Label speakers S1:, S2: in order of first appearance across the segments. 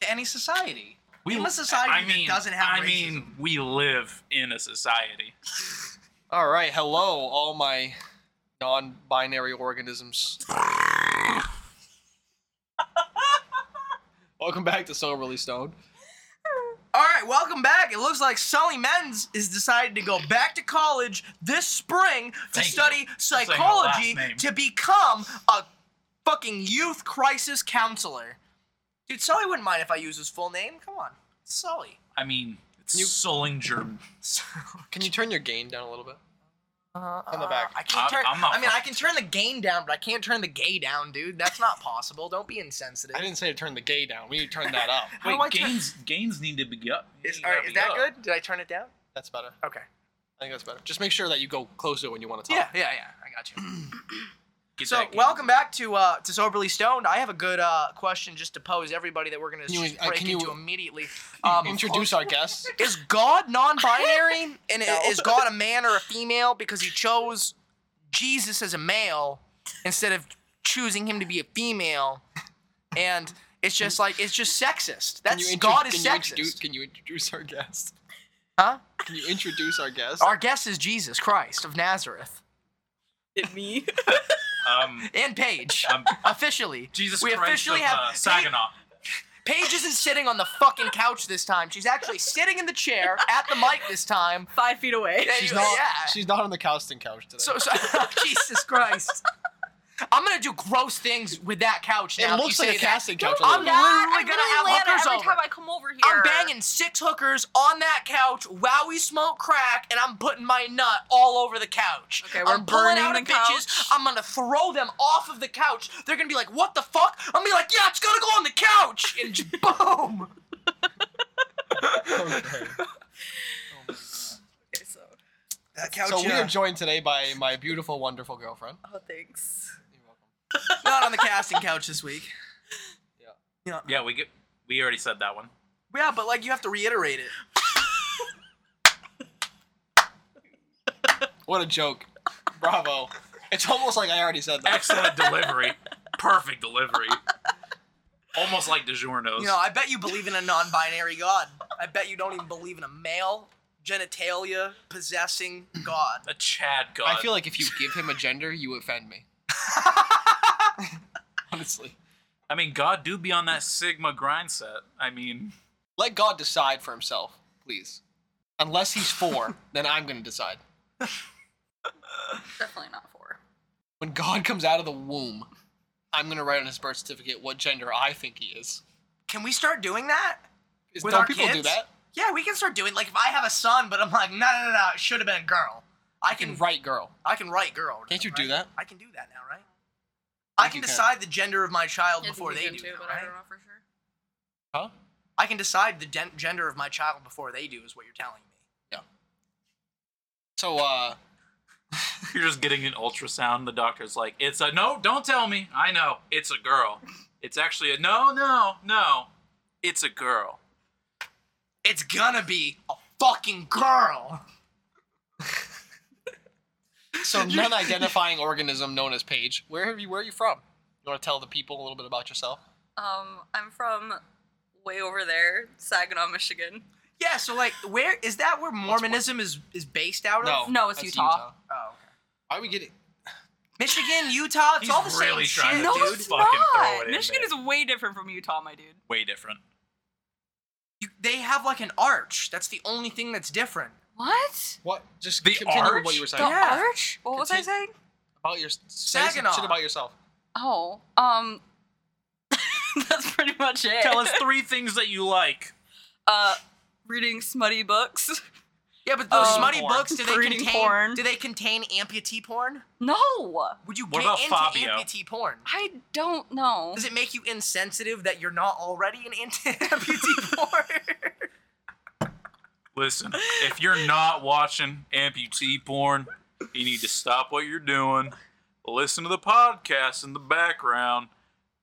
S1: to any society.
S2: We
S1: Even a society
S2: I
S1: that
S2: mean,
S1: doesn't have
S2: I mean, we live in a society.
S1: All right, hello, all my non-binary organisms. welcome back to Soberly Stoned. All right, welcome back. It looks like Sully Menz is decided to go back to college this spring to
S2: Thank you
S1: study
S2: saying her
S1: psychology
S2: last name.
S1: to become a fucking youth crisis counselor. Dude, Sully wouldn't mind if I use his full name. Come on, Sully.
S2: I mean, it's
S1: You-
S2: Solinger.
S3: Can you turn your gain down a little bit?
S1: Uh,
S3: the back.
S1: I can't
S2: I-
S1: turn. i
S2: I'm not
S1: mean, I
S2: fucking-
S1: can turn the gain down, but I can't turn the gay down, dude. That's not possible. Don't be insensitive.
S3: I didn't say to turn the gay down. We need to turn that up.
S1: How do I
S2: Wait,
S1: turn-
S2: gains gains need to be up.
S1: Is,
S2: need
S1: all
S2: to
S1: right, is
S2: be
S1: that
S2: up.
S1: good? Did I turn it down?
S3: That's better.
S1: Okay.
S3: I think that's better. Just make sure that you go closer when you want to
S1: Yeah,
S3: talk.
S1: yeah, yeah. I got you.
S2: Get
S1: so,
S2: that gains.
S1: welcome back to uh, to soberly stoned. I have a good uh, question just to pose everybody that we're gonna
S3: Can you,
S1: just
S3: uh,
S1: break
S3: can you-
S1: into immediately. Um,
S3: Introduce our guests.
S1: Is God non-binary? and
S3: No.
S1: is God a man or a female because he chose Jesus as a male instead of choosing him to be a female? And it's just like it's just sexist.
S3: Can
S1: That's
S3: you intro-
S1: God is
S3: can you
S1: sexist.
S3: introduce, Can you introduce our guest?
S1: huh?
S3: Can you introduce our guest?
S1: Our guest is Jesus Christ of Nazareth
S4: It me.
S2: Um,
S1: and Paige.
S2: um,
S1: officially,
S2: Jesus
S1: we
S2: Christ
S1: officially
S2: of,
S1: have
S2: uh,
S1: Pa-
S2: Saginaw.
S1: Paige isn't sitting on the fucking couch this time. She's actually sitting in the chair at the mic this time.
S4: Five feet away.
S1: Yeah,
S3: she's
S1: you-
S3: not.
S1: yeah.
S3: She's not on the Cowston couch today.
S1: So, so Jesus Christ. I'm gonna do gross things with that couch
S3: it
S1: now. that
S3: looks
S1: you
S3: like a
S1: say that.
S3: casting couch. a
S1: I'm
S3: little bit.
S1: not- literally
S4: I'm
S1: gonna have
S4: land
S1: hookers
S4: every
S1: over.
S4: time I come over here.
S1: I'm banging six hookers on that couch while we smoke crack, and I'm putting my nut all over the couch.
S4: Okay, we're
S1: I'm pulling
S4: burning
S1: out
S4: the
S1: of bitches.
S4: couch.
S1: I'm gonna throw them off of the couch. They're gonna be like, "What the fuck?" I'm gonna be like, "Yeah, it's gonna go on the couch," and just boom.
S3: Okay.
S4: Okay, so.
S1: That couch.
S3: So we are joined today by my beautiful, wonderful girlfriend.
S4: Oh, thanks.
S3: You're welcome.
S1: not on the casting couch this week.
S3: Yeah.
S1: Yeah.
S2: Yeah, we get. We already said that one.
S1: Yeah, but like you have to reiterate it.
S3: What a joke! Bravo. It's almost like I already said that.
S2: Excellent delivery. Perfect delivery. Almost like DiGiorno's.
S1: You know, I bet you believe in a non-binary God. I bet you don't even believe in a male genitalia possessing God.
S2: a Chad god.
S3: I feel like if you give him a gender, you offend me. Honestly,
S2: I mean, God do be on that Sigma grind set. I mean,
S3: let God decide for himself, please. Unless he's four, then I'm gonna decide.
S4: Definitely not four.
S3: When God comes out of the womb, I'm gonna write on his birth certificate what gender I think he is.
S1: Can we start doing that?
S3: Is-
S1: With
S3: don't
S1: our
S3: people do
S1: kids?
S3: that?
S1: Yeah, we can start doing. Like, if I have a son, but I'm like, no, no, no, no it should have been a girl. I
S3: I can
S1: can,
S4: Mm.
S3: write girl.
S1: I can write girl.
S3: Can't you
S1: right?
S3: do that?
S1: I can do that now, right? I,
S3: think
S1: can
S3: you can.
S1: decide the gender of my child before they do,
S4: too,
S1: that,
S4: but
S1: right?
S4: I don't know for sure.
S3: Huh?
S1: I can decide the gen- gender of my child before they do, is what you're telling me.
S3: So, uh,
S2: you're just getting an ultrasound. The doctor's like, it's a no, don't tell me. I know. It's a girl. It's actually a no, no, no. It's a girl.
S1: It's gonna be a fucking girl.
S3: so non-identifying organism known as Paige. Where have you? Where are you from? You want to tell the people a little bit about yourself?
S4: Um, I'm from way over there, Saginaw, Michigan.
S1: Yeah, so like, where is that where Mormonism is is based out of?
S4: No, it's
S3: that's
S4: Utah.
S1: Oh, okay.
S3: Why are we getting?
S1: Michigan, Utah, it's
S2: He's
S1: all the
S2: really trying to
S1: same shit,
S4: no,
S2: do
S1: dude.
S2: it.
S4: it's
S2: fucking throw it
S4: not.
S2: in
S4: Michigan is
S2: there.
S4: way different from Utah, my dude.
S2: Way different.
S1: You- they have like an arch. That's the only thing that's different.
S4: What?
S3: What? Just
S2: The
S3: continue with
S2: arch?
S3: what you were saying
S4: The
S1: Yeah.
S4: arch? What was I
S3: Continue.
S4: saying?
S3: about your say some
S1: Saginaw.
S3: Shit about yourself.
S4: Oh, um, that's pretty much it.
S2: Tell us three things that you like.
S4: Uh, reading smutty books.
S1: Yeah, but those
S4: Um,
S1: smutty
S2: Oh, porn.
S1: books do they
S4: Breeding
S1: contain?
S4: porn.
S1: Do they contain amputee porn?
S4: No,
S1: Would you
S2: What
S1: get
S2: about
S1: into
S2: Fabio?
S1: amputee porn?
S4: I don't know.
S1: Does it make you insensitive that you're not already an anti- amputee porn?
S2: Listen, if you're not watching amputee porn, you need to stop what you're doing, listen to the podcast in the background,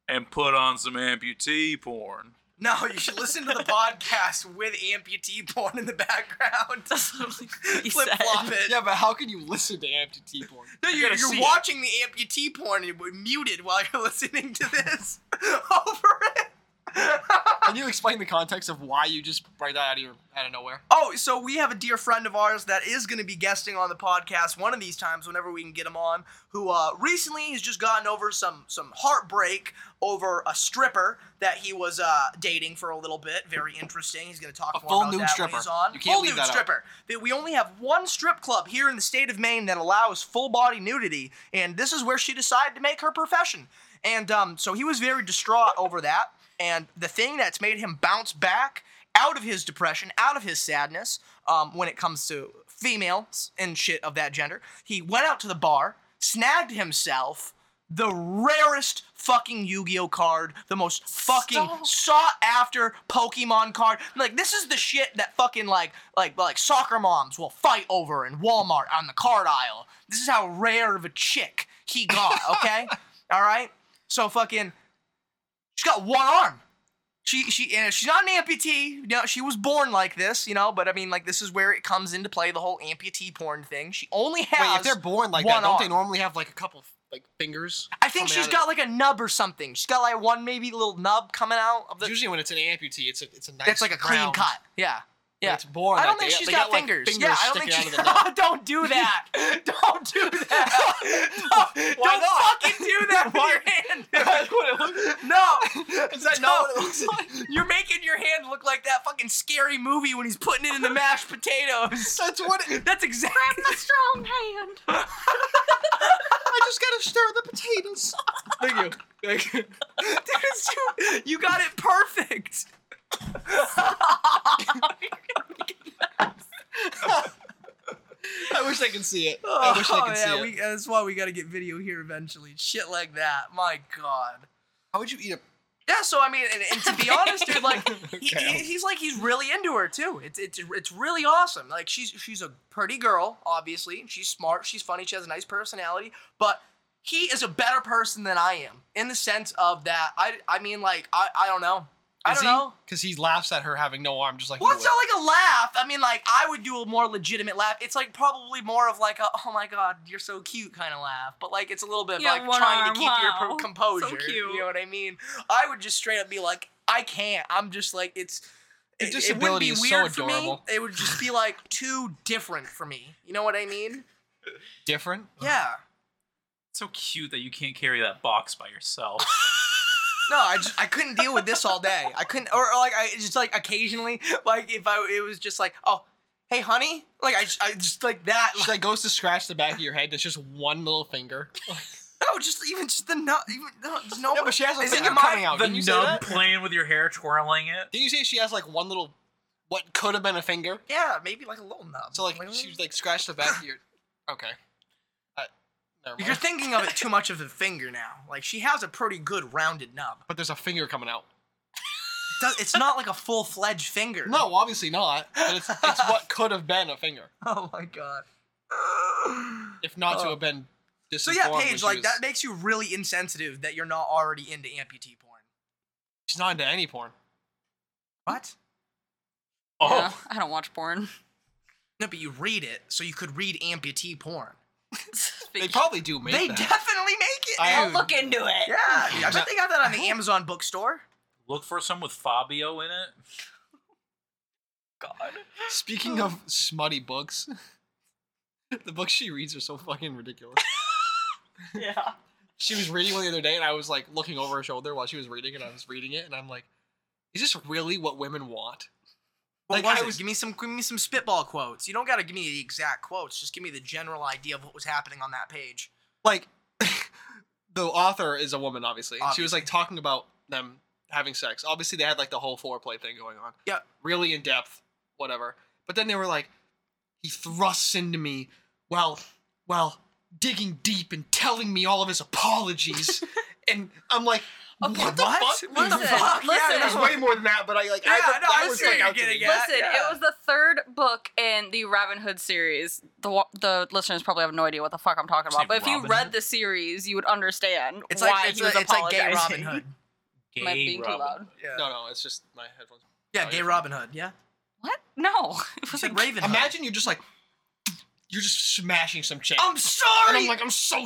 S2: and put on some amputee porn.
S1: No, you should listen to the podcast with amputee porn in the background.
S4: That's literally what he
S1: Flip
S4: said.
S1: flop it.
S3: Yeah, but how can you listen to amputee porn?
S1: No,
S2: You
S1: you're,
S2: gotta see
S1: you're
S2: it.
S1: watching the amputee porn and you're muted while you're listening to this over it.
S3: Can you you explain the context of why you just bring that out of your out of nowhere?
S1: Oh, so we have a dear friend of ours that is going to be guesting on the podcast one of these times, whenever we can get him on. Who uh, recently has just gotten over some some heartbreak over a stripper that he was uh, dating for a little bit. Very interesting. He's going to talk
S3: A
S1: more
S3: full
S1: about
S3: nude
S1: that
S3: stripper.
S1: when he's on.
S3: You can't
S1: full
S3: leave
S1: nude
S3: that out.
S1: stripper. That We only have one strip club here in the state of Maine that allows full body nudity, and this is where she decided to make her profession. And um, so he was very distraught over that. And the thing that's made him bounce back out of his depression, out of his sadness, um, when it comes to females and shit of that gender, he went out to the bar, snagged himself the rarest fucking Yu-Gi-Oh card, the most fucking
S3: Stop.
S1: sought after Pokemon card. Like this is the shit that fucking like like like soccer moms will fight over in Walmart on the card aisle. This is how rare of a chick he got, okay? All right? So fucking she's got one arm. She she and she's not an amputee. You know, she was born like this, you know, but I mean like this is where it comes into play the whole amputee porn thing. She only has
S3: Wait, if they're born like
S1: one
S3: that, don't they
S1: arm.
S3: normally have like a couple like fingers?
S1: I think
S3: coming
S1: she's got
S3: out
S1: like a nub or something. She's got like one maybe little nub coming out of
S3: Of,
S1: the.
S3: usually when it's an amputee, it's a it's a nice.
S1: That's like a clean
S3: round-
S1: cut. Yeah.
S3: when
S1: Yeah.
S3: it's born.
S1: I don't
S3: like,
S1: think
S3: they-
S1: she's
S3: they
S1: got,
S3: like,
S1: fingers. Yeah, I don't think
S3: sticking
S1: she.
S3: out of the nut.
S1: don't do that. don't do that. don't
S3: Why
S1: don't
S3: not?
S1: fucking do that with your hand. That's what it looks. No. Is
S3: that not what it looks
S1: like? You're making your hand look like that fucking scary movie when he's putting it in the mashed potatoes.
S3: That's what it,
S1: That's exactly.
S4: The strong hand.
S3: I just gotta stir the potatoes. Thank you. Thank you.
S1: Dude, it's too- you got it perfect.
S3: I wish they could see it. I wish they could see
S1: Oh, yeah,
S3: it.
S1: we, that's why we got to get video here eventually. Shit like that. My God.
S3: How would you eat a?
S1: Yeah, so I mean, and, and to be honest, dude, like he,
S3: Okay.
S1: he- he's like he's really into her too. It's it's it's really awesome. Like she's she's a pretty girl, obviously. She's smart. She's funny. She has a nice personality. But he is a better person than I am in the sense of that. I I mean, like I I don't know. I don't know.
S3: Because he laughs at her having no arm, just like.
S1: Well,
S3: you
S1: it's
S3: would.
S1: not like a laugh. I mean, like I would do a more legitimate laugh. It's like probably more of like a "Oh my god, you're so cute" kind of laugh, but like it's a little bit of,
S4: Yeah,
S1: like
S4: one
S1: trying
S4: arm,
S1: to keep your
S4: wow.
S1: pro- composure.
S4: So cute.
S1: You know what I mean? I would just straight up be like, "I can't." I'm just like it's.
S3: The
S1: it- it wouldn't
S3: disability
S1: be
S3: is so
S1: weird
S3: adorable.
S1: For me. It would just be like too different for me. You know what I mean?
S3: different.
S1: Yeah.
S2: so cute that you can't carry that box by yourself.
S1: No, I just I couldn't deal with this all day. I couldn't, or, or like I it's just like occasionally, like if I it was just like, oh, hey, honey, like I just, I just like that.
S3: She like goes to scratch the back of your head. It's just one little finger.
S1: No, just even just the nut. Even no, just no.
S3: No, but she has a
S1: Oh, Is it
S3: finger
S1: my-
S3: coming out.
S2: the
S3: Didn't you say that?
S2: nub playing with your hair, twirling it.
S3: Didn't you say she has like one little, what could have been a finger?
S1: yeah, maybe like mm. a little nub.
S3: So like she was like scratched the back of your. Okay. Uh, never
S1: You're
S3: mind.
S1: thinking of it too much of a finger now. Like she has a pretty good rounded nub.
S3: But there's a finger coming out.
S1: It does- It's not like a full fledged finger.
S3: No, obviously not. But it's, it's what could have been a finger,
S1: Oh my god.
S3: if not to
S1: Oh.
S3: have been.
S1: So yeah,
S3: disinformed when
S1: Paige,
S3: she
S1: like
S3: was-
S1: that makes you really insensitive that you're not already into amputee porn.
S3: She's not into any porn.
S1: What?
S2: Oh,
S4: Yeah, I don't watch porn.
S1: No, but you read it, so you could read amputee porn.
S3: They probably do make
S1: they
S3: that.
S1: definitely make it.
S3: I-
S1: dude.
S4: I'll look into it.
S1: yeah, I bet they got that on the Amazon bookstore.
S2: look for some with Fabio in it.
S4: God.
S3: Speaking of smutty books, the books she reads are so fucking ridiculous.
S4: Yeah.
S3: She was reading one the other day, and I was like looking over her shoulder while she was reading, and I was reading it, and I'm like, "Is this really what women want?"
S1: What
S3: Like,
S1: was
S3: I
S1: it?
S3: was-
S1: Give me some. Give me some spitball quotes. You don't got to give me the exact quotes. Just give me the general idea of what was happening on that page.
S3: Like, the author is a woman, obviously. She was
S1: Obviously.
S3: like talking about them having sex. Obviously, they had like the whole foreplay thing going on.
S1: Yeah.
S3: really in depth, whatever. But then they were like, "He thrusts into me while while digging deep and telling me all of his apologies," and I'm like,
S4: Okay,
S3: "What the
S1: what?
S3: fuck?
S1: What the
S4: Listen,
S1: fuck?
S4: listen.
S1: Yeah,
S3: There's
S1: no.
S3: way more than that, but I like
S1: Yeah,
S3: I, that
S1: no, I
S3: was
S1: see what
S3: like
S1: you're
S3: out to
S1: getting
S3: me.
S1: at. Yeah,
S4: Listen,
S1: yeah.
S4: it was the third book in the Robin Hood series. The wa- the listeners probably have no idea what the fuck I'm talking
S2: Say
S4: about, but if you
S2: Robin
S4: read
S2: Hood?
S4: the series, you would understand
S1: It's
S4: why
S1: like it's,
S4: he was
S1: like- it's like gay Robin
S4: apologizing.
S1: Hood.
S4: Am I being too
S2: Robin.
S4: loud?
S1: Yeah.
S3: No, no, it's just my headphones.
S1: Yeah, gay Robin Hood. Yeah.
S4: What? No. It
S1: You
S4: was
S1: said
S4: like-
S1: Raven. Hood.
S3: Imagine you're just like, you're just smashing some chick,
S1: I'm
S3: and
S1: sorry. Oh,
S3: I'm like, I'm so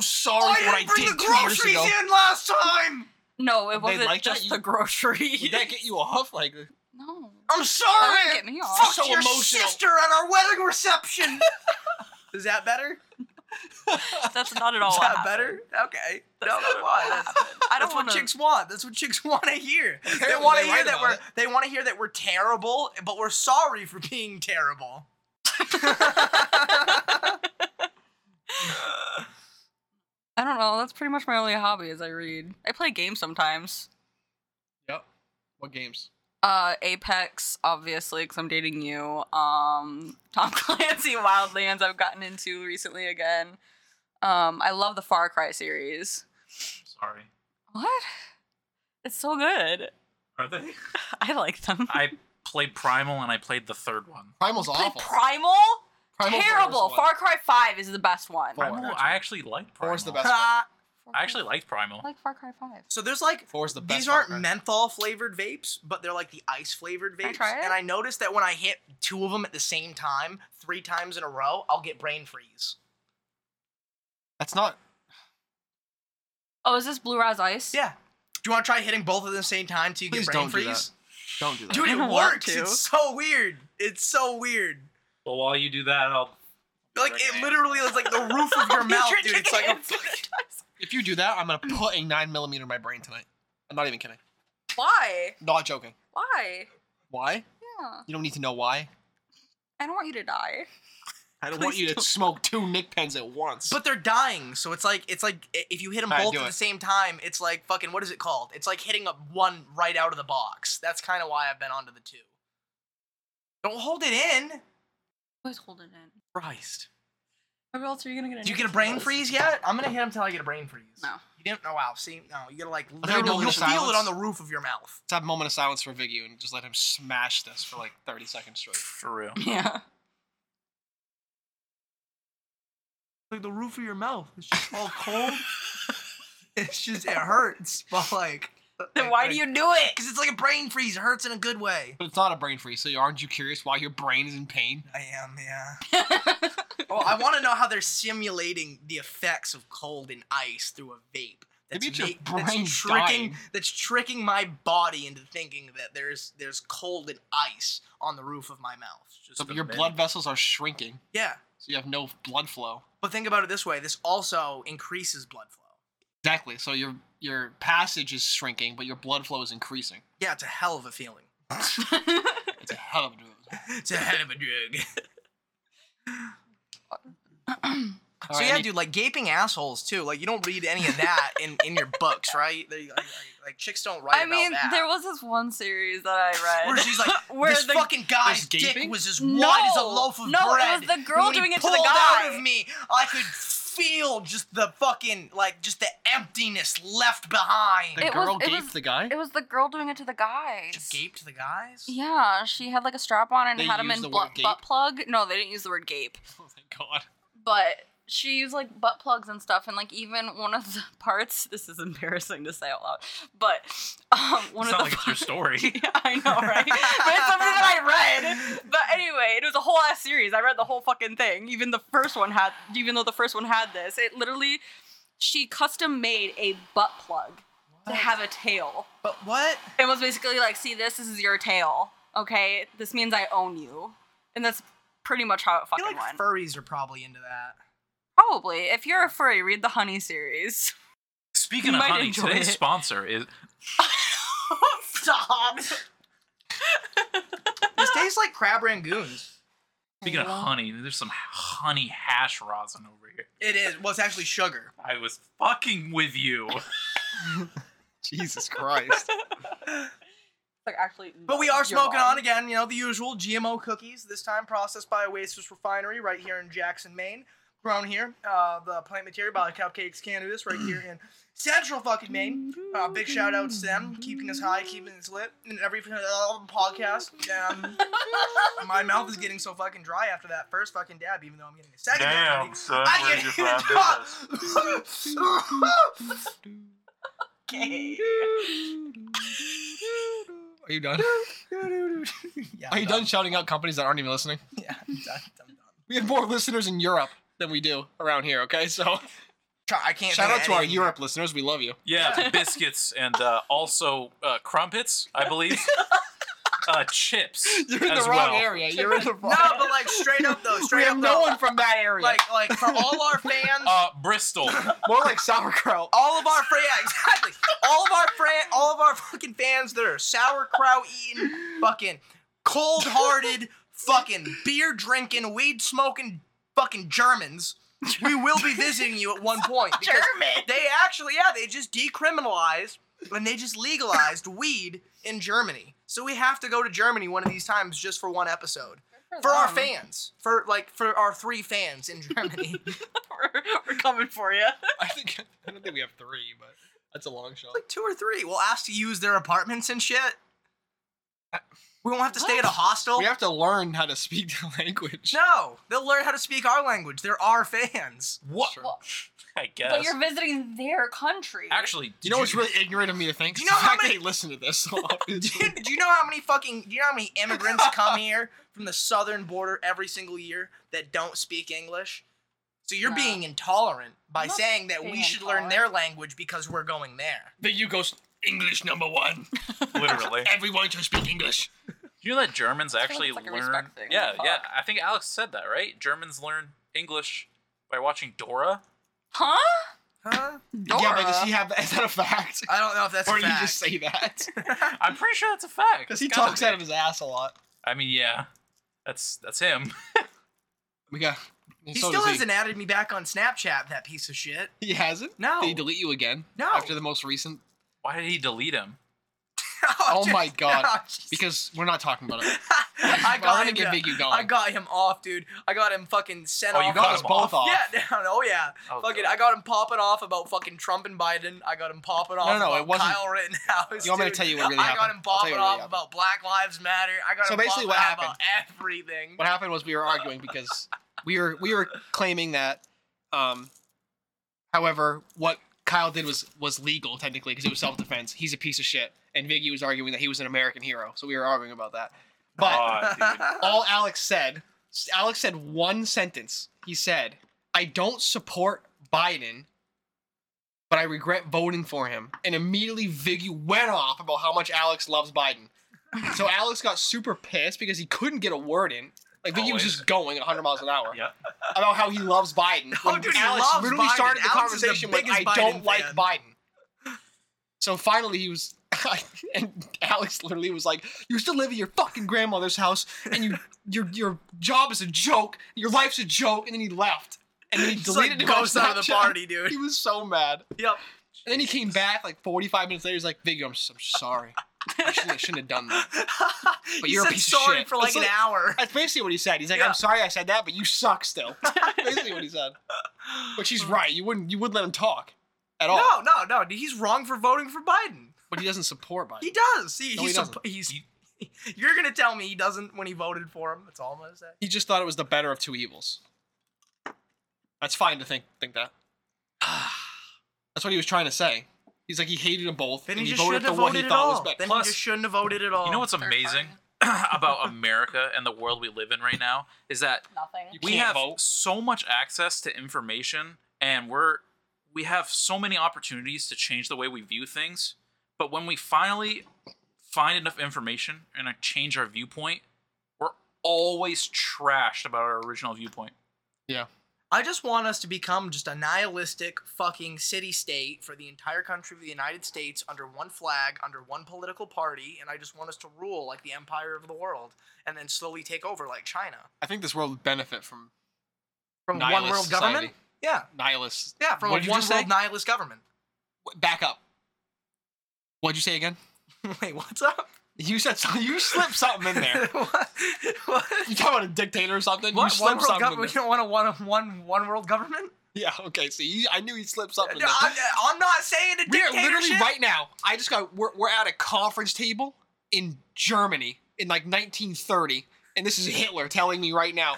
S1: I
S3: sorry for what I
S1: didn't bring
S3: did
S1: the
S3: two years
S1: groceries
S3: ago.
S1: in last time.
S4: No, it
S3: They
S4: wasn't
S3: like that?
S4: just
S3: You-
S4: the groceries.
S3: Would that get you off? Like,
S4: no.
S1: I'm
S4: That
S1: sorry.
S4: would get me off.
S1: Fuck
S3: So
S1: your
S3: emotional.
S1: sister at our wedding reception. Is that better?
S4: That's not at all.
S1: Is
S4: what
S1: that
S4: happened.
S1: better? Okay.
S4: That's
S1: no,
S4: not
S1: it
S4: what
S1: was. That's,
S4: happened. I don't
S1: that's what
S4: want to.
S1: chicks want. That's what chicks want to hear. They
S3: Apparently
S1: want to
S3: they
S1: hear
S3: write
S1: that
S3: about
S1: we're
S3: it.
S1: they want to hear that we're terrible, but we're sorry for being terrible.
S4: I don't know. That's pretty much my only hobby is I read. I play games sometimes.
S3: yep. What games?
S4: Uh, Apex, obviously, because I'm dating you. Um, Tom Clancy Wildlands, I've gotten into recently again. Um, I love the Far Cry series.
S2: Sorry.
S4: What? It's so good.
S2: Are they?
S4: I like them.
S2: I played Primal and I played the third one.
S3: Primal's
S4: Play
S3: awful.
S4: Primal?
S3: Primal's the
S4: Terrible.
S3: worst one.
S4: Far Cry 5 is the best one.
S3: Four.
S2: Primal, I actually liked Primal.
S3: Four's the best.
S2: I actually liked Primal.
S4: I like Far Cry 5.
S1: so there's like
S3: Four's the best.
S1: These aren't
S3: Far Cry.
S1: menthol flavored vapes, but they're like the ice flavored
S4: Can I
S1: vapes.
S4: try it?
S1: And I noticed that when I hit two of them at the same time, three times in a row, I'll get brain freeze.
S3: That's not.
S4: Oh, is this Blue Raz Ice?
S1: Yeah. Do you want to try hitting both at the same time till you
S3: Please
S1: get brain
S3: don't do
S1: freeze?
S3: Don't do that.
S1: Dude,
S4: I
S1: it
S4: don't want
S1: works.
S4: to.
S1: It's so weird. It's so weird.
S2: Well, while you do that, I'll.
S1: Like it literally is like the roof of your mouth, dude. It's like a
S3: If you do that, I'm gonna put a nine millimeter in my brain tonight. I'm not even kidding.
S4: Why?
S3: Not joking.
S4: Why?
S3: Why?
S4: Yeah.
S3: You don't need to know why.
S4: I don't want you to die.
S3: I don't want you to smoke two Nick pens at once.
S1: But they're dying, so it's like it's like i- if you hit them
S3: Alright,
S1: both
S3: do
S1: at
S3: it.
S1: the same time, it's like fucking what is it called? It's like hitting up one right out of the box. That's kind of why I've been onto the two. Don't hold it in,
S4: Always hold it in.
S1: Christ.
S4: Or else are you gonna get?
S1: Do you get a brain freeze yet? I'm gonna hit him till I get a brain freeze.
S4: No.
S1: You didn't? Oh wow. See, no, you gotta like
S3: there a
S1: literally
S3: moment
S1: you'll
S3: of
S1: feel it
S3: silence?
S1: on the roof of your mouth.
S3: Let's have a moment of silence for Viggy and just let him smash this for like 30 seconds straight.
S2: For real.
S4: Yeah.
S1: Like the roof of your mouth. It's just all cold. it's just it hurts, but like.
S4: Then why do you do it?
S1: Because it's like a brain freeze. It hurts in a good way.
S3: But it's not a brain freeze, so aren't you curious why your brain is in pain?
S1: I am, yeah. Oh, I want to know how they're simulating the effects of cold and ice through a vape. That's,
S3: Maybe it's your
S1: make-
S3: brain
S1: that's tricking
S3: dying.
S1: that's tricking my body into thinking that there's there's cold and ice on the roof of my mouth.
S2: It's just
S3: So
S2: a
S3: your
S2: mini-
S3: blood vessels are shrinking,
S1: Yeah.
S3: so you have no blood flow.
S1: But think about it this way: this also increases blood flow.
S3: Exactly. So your your passage is shrinking, but your blood flow is increasing.
S1: Yeah, it's a hell of a feeling.
S3: It's a hell of a drug.
S1: It's a hell of a drug.
S3: All
S1: so
S3: right,
S1: yeah,
S3: any-
S1: dude, like gaping assholes too. Like you don't read any of that in, in your books, right? They, like, like, like, chicks don't write
S4: I
S1: about
S4: mean,
S1: that.
S4: there was this one series that I read
S1: where she's like,
S4: where
S1: this
S4: the
S1: fucking guy's
S3: There's gaping?
S1: dick was as
S4: No.
S1: wide as a loaf of
S4: No, it was
S1: bread.
S4: the girl
S1: and when he
S4: doing it to the
S1: pulled
S4: guy.
S1: out of me, I could feel just the fucking like just the emptiness left behind.
S3: the
S4: It was-
S3: girl
S4: it
S3: gaped
S4: was-
S3: the guy.
S4: it was the girl doing it to the guys.
S1: Just gape to the guys.
S4: Yeah, she had like a strap on and
S3: They
S4: had him
S3: used
S4: in
S3: the
S4: blu-
S3: word gape?
S4: butt plug. No, they didn't use the word gape,
S3: Oh my god.
S4: but she used like butt plugs and stuff. And like even one of the parts, this is embarrassing to say out loud, but um, one
S2: It's not
S4: of the
S2: like it's your
S4: parts-
S2: story.
S4: Yeah, I know, right? but it's something that I read. But anyway, it was a whole ass series. I read the whole fucking thing. Even the first one had, even though the first one had this, it literally, she custom made a butt plug to have a tail.
S1: But what?
S4: It was basically like, see this, this is your tail. Okay, this means I own you, and that's pretty much how it
S1: I
S4: fucking
S1: feel like
S4: went.
S1: furries are probably into that.
S4: Probably, if you're a furry, read the Honey series.
S2: Speaking
S4: You
S2: of
S4: might
S2: honey,
S4: enjoy
S2: today's
S4: it.
S2: sponsor is
S1: Stop. this tastes like crab rangoons.
S2: Speaking of honey, there's some honey hash rosin over here.
S1: It is. Well, it's actually sugar.
S2: I was fucking with you.
S3: Jesus Christ.
S4: Like actually,
S1: But we are
S4: you're
S1: smoking
S4: wrong.
S1: on again, you know, the usual GMO cookies, this time processed by Oasis Refinery right here in Jackson, Maine. Grown here, uh, the plant material by Cupcakes Cannabis right here in central fucking Maine. Uh, big shout outs to them, keeping us high, keeping us lit in every uh, podcast. Um, my mouth is getting so fucking dry after that first fucking dab, even though I'm getting a second dab.
S2: son,
S1: I can't even talk!
S4: Okay.
S3: Are you done?
S1: yeah,
S3: Are you done shouting out companies that aren't even listening?
S1: Yeah, I'm done. I'm done.
S3: We have more listeners in Europe than we do around here, okay? So
S1: try- I can't.
S3: Shout
S1: think
S3: out
S1: of
S3: to our
S1: anything.
S3: Europe listeners. We love you.
S2: Yeah, biscuits and uh, also uh, crumpets, I believe. uh, chips.
S3: You're in
S2: as
S3: the wrong
S2: well.
S3: area. You're in the wrong.
S1: No, but like straight up though,
S3: we
S1: straight
S3: have
S1: up
S3: no
S1: though,
S3: one from that area.
S1: like like for all our fans,
S2: Uh, Bristol.
S3: more like sauerkraut.
S1: all of our fans, exactly, all of our fran, all of our fucking fans that are sauerkraut eating, fucking cold hearted, fucking beer drinking, weed smoking, fucking Germans. We will be visiting you at one point because
S4: German.
S1: they actually, yeah, they just decriminalized and they just legalized weed in Germany. So we have to go to Germany one of these times just for one episode. For our
S4: them.
S1: fans, for like for our three fans in Germany, like
S4: We're, we're coming for you.
S3: I think I don't think we have three, but that's a long shot.
S1: two or three, we'll ask to use their apartments and shit. We won't have to stay at a hostel.
S3: We have to learn how to speak the language.
S1: no, they'll learn how to speak our language. They're our fans.
S2: What?
S3: Sure.
S2: I guess.
S4: But you're visiting their country.
S2: Actually, did
S3: You know what's really ignorant of me to think?
S1: Do you know
S3: the
S1: how
S3: fact
S1: many-
S3: they listen to this. so often.
S1: Dude, do you know how many fucking do you know how many immigrants come here from the southern border every single year that don't speak English? So you're
S4: No.
S1: being intolerant by
S4: I'm not
S1: saying that we
S4: being
S1: should learn their language because we're going there.
S3: the U goes English number one.
S2: literally.
S3: Everyone should speak English.
S2: You know that Germans
S4: feel like
S2: actually
S4: it's like a
S2: learn.
S4: respect thing.
S2: Yeah,
S4: Fuck.
S2: yeah. I think Alex said that, right? Germans learn English by watching Dora.
S4: huh?
S1: Huh?
S3: Yeah, but does
S4: Dora.
S3: he have that? Is that a fact?
S1: I don't know if that's
S3: or
S1: a
S3: did
S1: fact.
S3: he just say that?
S2: I'm pretty sure that's a fact.
S3: Because he
S2: It's gotta
S3: talks
S2: be.
S3: out of his ass a lot.
S2: I mean, yeah. That's that's him.
S3: We got.
S1: he still hasn't added me back on Snapchat, that piece of shit.
S3: He hasn't.
S1: No.
S3: Did he delete you again?
S1: No.
S3: After the most recent,
S2: Why did he delete him?
S1: oh
S3: my God.
S1: just-
S3: because we're not talking about it.
S1: I got
S3: We're gonna
S1: him.
S3: get Biggie going.
S1: I got him off, dude. I got him fucking sent
S2: Oh,
S1: off.
S2: you
S3: got
S2: got
S3: us
S2: him
S3: both off.
S1: Yeah, no, no, yeah.
S2: Oh,
S1: fucking,
S2: God.
S1: I got him popping off about fucking Trump and Biden. I got him popping off
S3: No, no,
S1: about
S3: it wasn't-
S1: Kyle Rittenhouse.
S3: You want me to
S1: dude.
S3: tell you what really
S1: I got
S3: happened?
S1: him
S3: I'll tell
S1: popping
S3: you
S1: off
S3: what really happened.
S1: about Black Lives Matter. I got
S3: So
S1: him
S3: basically
S1: popping
S3: what
S1: off about
S3: happened-
S1: everything.
S3: What happened was we were arguing because we were we were claiming that, um, however, what Kyle did was was legal technically because it was self defense. He's a piece of shit, and Viggy was arguing that he was an American hero. So we were arguing about that. But
S2: Aw, dude.
S3: all Alex said, Alex said one sentence. He said, "I don't support Biden." But I regret voting for him. And immediately Viggy went off about how much Alex loves Biden. So Alex got super pissed because he couldn't get a word in. Like Viggy
S2: Always.
S3: was just going at 100 miles an hour
S2: Yeah.
S3: about how he loves Biden.
S1: Oh,
S3: when
S1: dude, he
S3: Alex
S1: loves
S3: literally
S1: Biden.
S3: started the
S1: Alex is the
S3: conversation with, "I
S1: biggest
S3: don't
S1: Biden
S3: like
S1: fan."
S3: Biden." So finally, he was, and Alex literally was like, "You still live at your fucking grandmother's house, and you, your your job is a joke. Your life's a joke." And then he left, and then he
S1: Just,
S3: deleted
S1: like,
S3: him on
S1: ghost out of the
S3: Snapchat.
S1: party,
S3: He
S1: dude.
S3: was so mad.
S1: Yep.
S3: And then he came back like 45 minutes later. He's like, "Viggo, I'm, so- I'm sorry. I shouldn't, I shouldn't have done that."
S1: But
S3: you're a
S1: said
S3: piece of
S1: sorry
S3: shit.
S1: for like
S3: It's
S1: an
S3: like-
S1: hour.
S3: That's basically what he said. He's like,
S1: Yeah.
S3: "I'm sorry I said that, but you suck still." basically what he said. But she's right. You wouldn't you wouldn't let him talk at all.
S1: No, no, no. dude, He's wrong for voting for Biden.
S3: But he doesn't support Biden.
S1: He does. He,
S3: No,
S1: he's,
S3: he doesn't.
S1: supp- he's You're gonna tell me he doesn't when he voted for him. That's all I'm gonna say.
S3: He just thought it was the better of two evils. That's fine to think think that. That's what he was trying to say. He's like he hated them both,
S1: Then
S3: and
S1: he
S3: he
S1: just
S3: voted
S1: shouldn't
S3: for
S1: have
S3: what he
S1: voted at
S3: thought was
S1: all.
S3: better.
S1: Then
S2: Plus-
S1: he just shouldn't have voted at all.
S2: You know what's
S4: Third party.
S2: amazing about America and the world we live in right now is that
S4: Nothing.
S3: You
S2: we
S3: can't
S2: have
S3: vote.
S2: so much access to information and we're we have so many opportunities to change the way we view things but when we finally find enough information and uh, change our viewpoint we're always trashed about our original viewpoint
S1: I just want us to become just a nihilistic fucking city state for the entire country of the United States under one flag, under one political party, and I just want us to rule like the empire of the world and then slowly take over like China.
S3: I think this world would benefit from
S1: From
S3: nihilist
S1: one world
S3: society.
S1: government? Yeah.
S3: Nihilist.
S1: Yeah, from
S3: What'd
S1: a
S3: you
S1: one
S3: just
S1: world
S3: say?
S1: nihilist government.
S3: Back up. What'd you say again?
S1: Wait, what's up?
S3: You said something. You slipped something in there.
S1: what? What?
S3: You talking about a dictator or something? you
S1: What?
S3: slipped
S1: One world
S3: something. in
S1: government? You
S3: there.
S1: don't want a one, one, one world government?
S3: Yeah. Okay. So you, I knew he slipped something. in
S1: No,
S3: there.
S1: I'm, I'm not saying a
S3: We are
S1: dictatorship.
S3: literally right now. I just got. We're, we're at a conference table in Germany in like 1930, and this is Hitler telling me right now.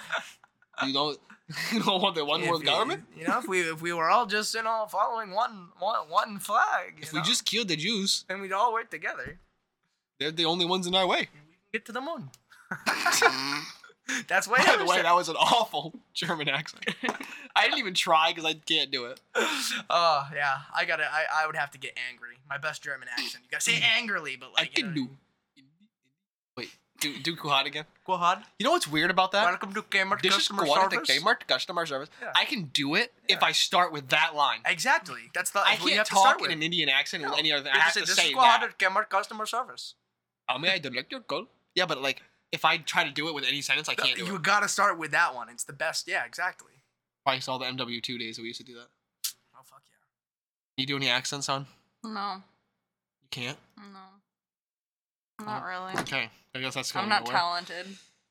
S3: You don't. You don't want the one
S1: If
S3: world
S1: you-
S3: government.
S1: You know, if we if we were all just you know following one one, one flag, you
S3: If we
S1: know,
S3: just killed the Jews,
S1: and we'd all work together,
S3: they're the only ones in our way.
S1: get to the moon. That's way.
S3: By the way,
S1: understand-
S3: that was an awful German accent. I didn't even try because I can't do it.
S1: Oh yeah, I gotta. I, I would have to get angry. My best German accent. You gotta say angrily, but
S3: Mm. I
S1: like. you
S3: can do. Wait, do do Kuhan again?
S1: Go ahead.
S3: You know what's weird about that?
S1: Welcome to Kmart
S3: This is
S1: customer
S3: Kuhan at the
S1: service.
S3: Kmart customer service.
S1: Yeah.
S3: I can do it if I start with that line.
S1: Exactly. That's the.
S3: I
S1: that's what you
S3: can't
S1: have to start
S3: talk in
S1: with.
S3: an Indian accent
S1: No.
S3: or any other. I
S1: You
S3: have
S1: say,
S3: to
S1: "This
S3: say
S1: is Kuhan
S3: that.
S1: at Kmart customer service.
S3: How may I direct your call? Yeah, but like if I try to do it with any sentence, I can't do
S1: you
S3: it.
S1: gotta start with that one. It's the best. Yeah, exactly.
S3: Probably saw the MW2 days that we used to do that.
S1: Oh fuck yeah.
S3: You do any accents on?
S4: No,
S3: You can't.
S4: no,
S1: Oh,
S4: not really.
S3: Okay, I guess that's going
S4: I'm not
S3: nowhere.
S4: talented.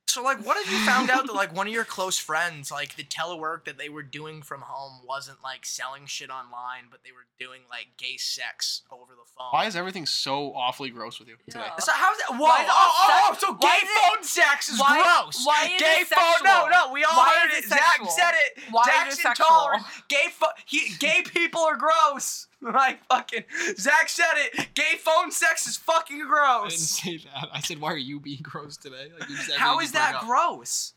S1: So like, what if you found out that like one of your close friends, like the telework that they were doing from home, wasn't like selling shit online, but they were doing like gay sex over the phone?
S3: Why is everything so awfully gross with you today?
S4: Yeah.
S1: So how's that? Why?
S4: Why is it
S1: oh, oh, oh,
S4: sex-
S1: so
S4: why
S1: gay
S4: is it-
S1: phone sex is
S4: why-
S1: gross.
S4: why is
S1: gay
S4: it
S1: phone? No,
S4: sexual?
S1: no, we all
S4: Why
S1: heard it.
S4: is it
S1: Zach
S4: sexual?
S1: said it.
S4: Why is
S1: Zach's
S4: it sexual?
S1: intolerant. Gay phone. he, gay people are gross. Like fucking. Zach said it. Gay phone sex is fucking
S3: I didn't
S1: gross.
S3: say that. I said, why are you being gross today? Like, you just
S1: How is
S3: everything you bring
S1: that
S3: up.
S1: gross?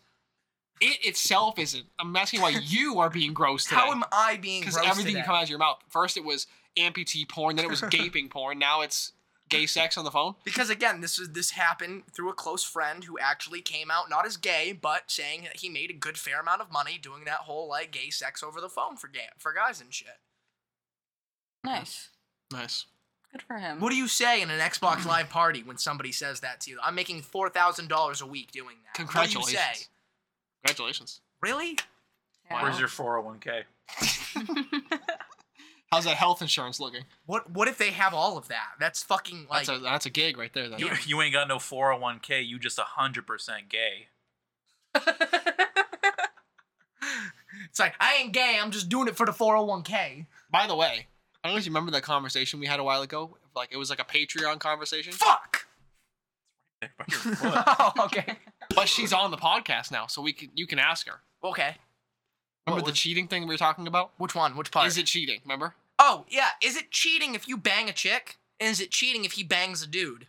S3: It itself isn't. I'm asking why you are being gross today.
S1: How am I being gross?
S3: Because everything
S1: today?
S3: that comes out of your mouth. First it was amputee porn, then it was gaping porn, now it's gay sex on the phone.
S1: Because again, this is this happened through a close friend who actually came out not as gay, but saying that he made a good fair amount of money doing that whole like gay sex over the phone for gay for guys and shit.
S4: Nice.
S3: Nice.
S4: Good for him.
S1: What do you say in an Xbox Live party when somebody says that to you? I'm making four thousand dollars a week doing that. What do you say?
S3: Congratulations. Congratulations.
S1: Really?
S4: Yeah.
S2: Where's your 401k?
S3: How's that health insurance looking?
S1: What What if they have all of that? That's fucking like.
S3: That's a that's a gig right there. Then.
S2: You, you ain't got no 401k. You just 100% gay.
S1: it's like I ain't gay. I'm just doing it for the 401k.
S3: By the way, I don't know if you remember that conversation we had a while ago. Like it was like a Patreon conversation.
S1: Fuck.
S2: By your foot.
S1: oh, okay.
S3: But she's on the podcast now, so we can you can ask her.
S1: Okay.
S3: Remember
S1: What
S3: the
S1: was-
S3: cheating thing we were talking about?
S1: Which one? Which part?
S3: Is it cheating? Remember?
S1: Oh yeah. Is it cheating if you bang a chick? And is it cheating if he bangs a dude?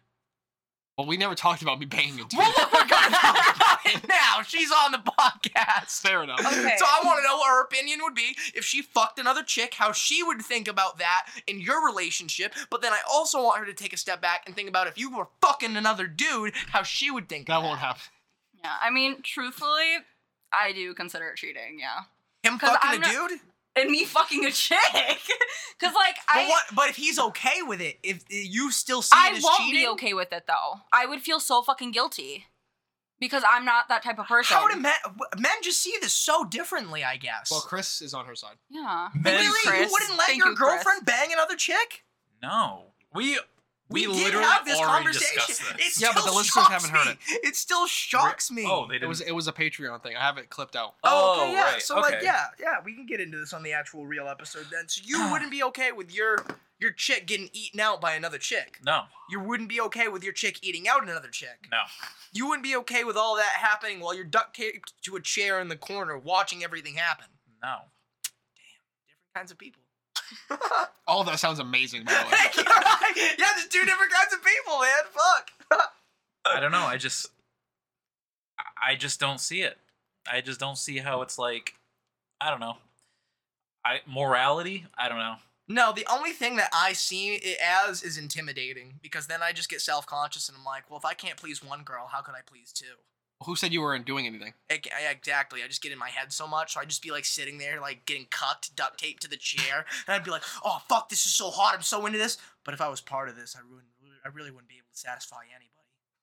S3: Well, we never talked about me banging a dude.
S1: Well,
S4: Oh
S1: look, we're gonna talk about it now. She's on the podcast.
S3: Fair enough.
S4: Okay.
S1: So I want to know what her opinion would be if she fucked another chick, how she would think about that in your relationship. But then I also want her to take a step back and think about if you were fucking another dude, how she would think.
S3: That
S1: of
S3: won't happen.
S4: Yeah, I mean, truthfully, I do consider it cheating. Yeah,
S1: Him
S4: 'Cause
S1: fucking
S4: I'm
S1: a
S4: not-
S1: dude.
S4: and me fucking a chick, because like
S1: But
S4: I,
S1: what? But if he's okay with it, if you still see it
S4: I
S1: as
S4: won't
S1: cheating,
S4: be okay with it though. I would feel so fucking guilty because I'm not that type of person.
S1: How do men? Men just see this so differently, I guess.
S3: Well, Chris is on her side.
S4: yeah,
S2: Men-
S1: really, you
S4: Chris.
S1: wouldn't let
S4: Thank
S1: your
S4: you, Chris.
S1: girlfriend bang another chick?
S2: No. We we,
S1: did
S2: literally
S1: have this
S2: already
S1: conversation.
S2: discussed
S1: It
S2: this.
S3: Yeah, but
S1: still
S3: the listeners
S1: shocks
S3: haven't heard
S1: me. It still shocks me.
S2: oh, they
S3: It
S2: didn't.
S3: was it was a Patreon thing. I have it clipped out.
S1: Oh, okay,
S2: Oh,
S1: yeah.
S2: right,
S1: So like,
S2: okay.
S1: yeah, yeah, we can get into this on the actual real episode then. So you wouldn't be okay with your your chick getting eaten out by another chick.
S2: no,
S1: You wouldn't be okay with your chick eating out another chick.
S2: no.
S1: You wouldn't be okay with all that happening while you're duct taped to a chair in the corner watching everything happen.
S2: No.
S1: Different kinds of people.
S3: All that sounds amazing, by the way.
S1: You're right. yeah, there's two different kinds of people, man. Fuck.
S2: I don't know. I just I- I just don't see it. I just don't see how it's like I don't know. I morality, I don't know.
S1: No, the only thing that I see it as is intimidating because then I just get self conscious and I'm like, well, if I can't please one girl, how could I please two?
S3: Who said you weren't doing anything?
S1: Ec- I- Exactly. I just get in my head so much. So I'd just be like sitting there, like getting cucked, duct taped to the chair, and I'd be like, "Oh fuck, this is so hot. I'm so into this." But if I was part of this, I wouldn't. I really wouldn't be able to satisfy anybody.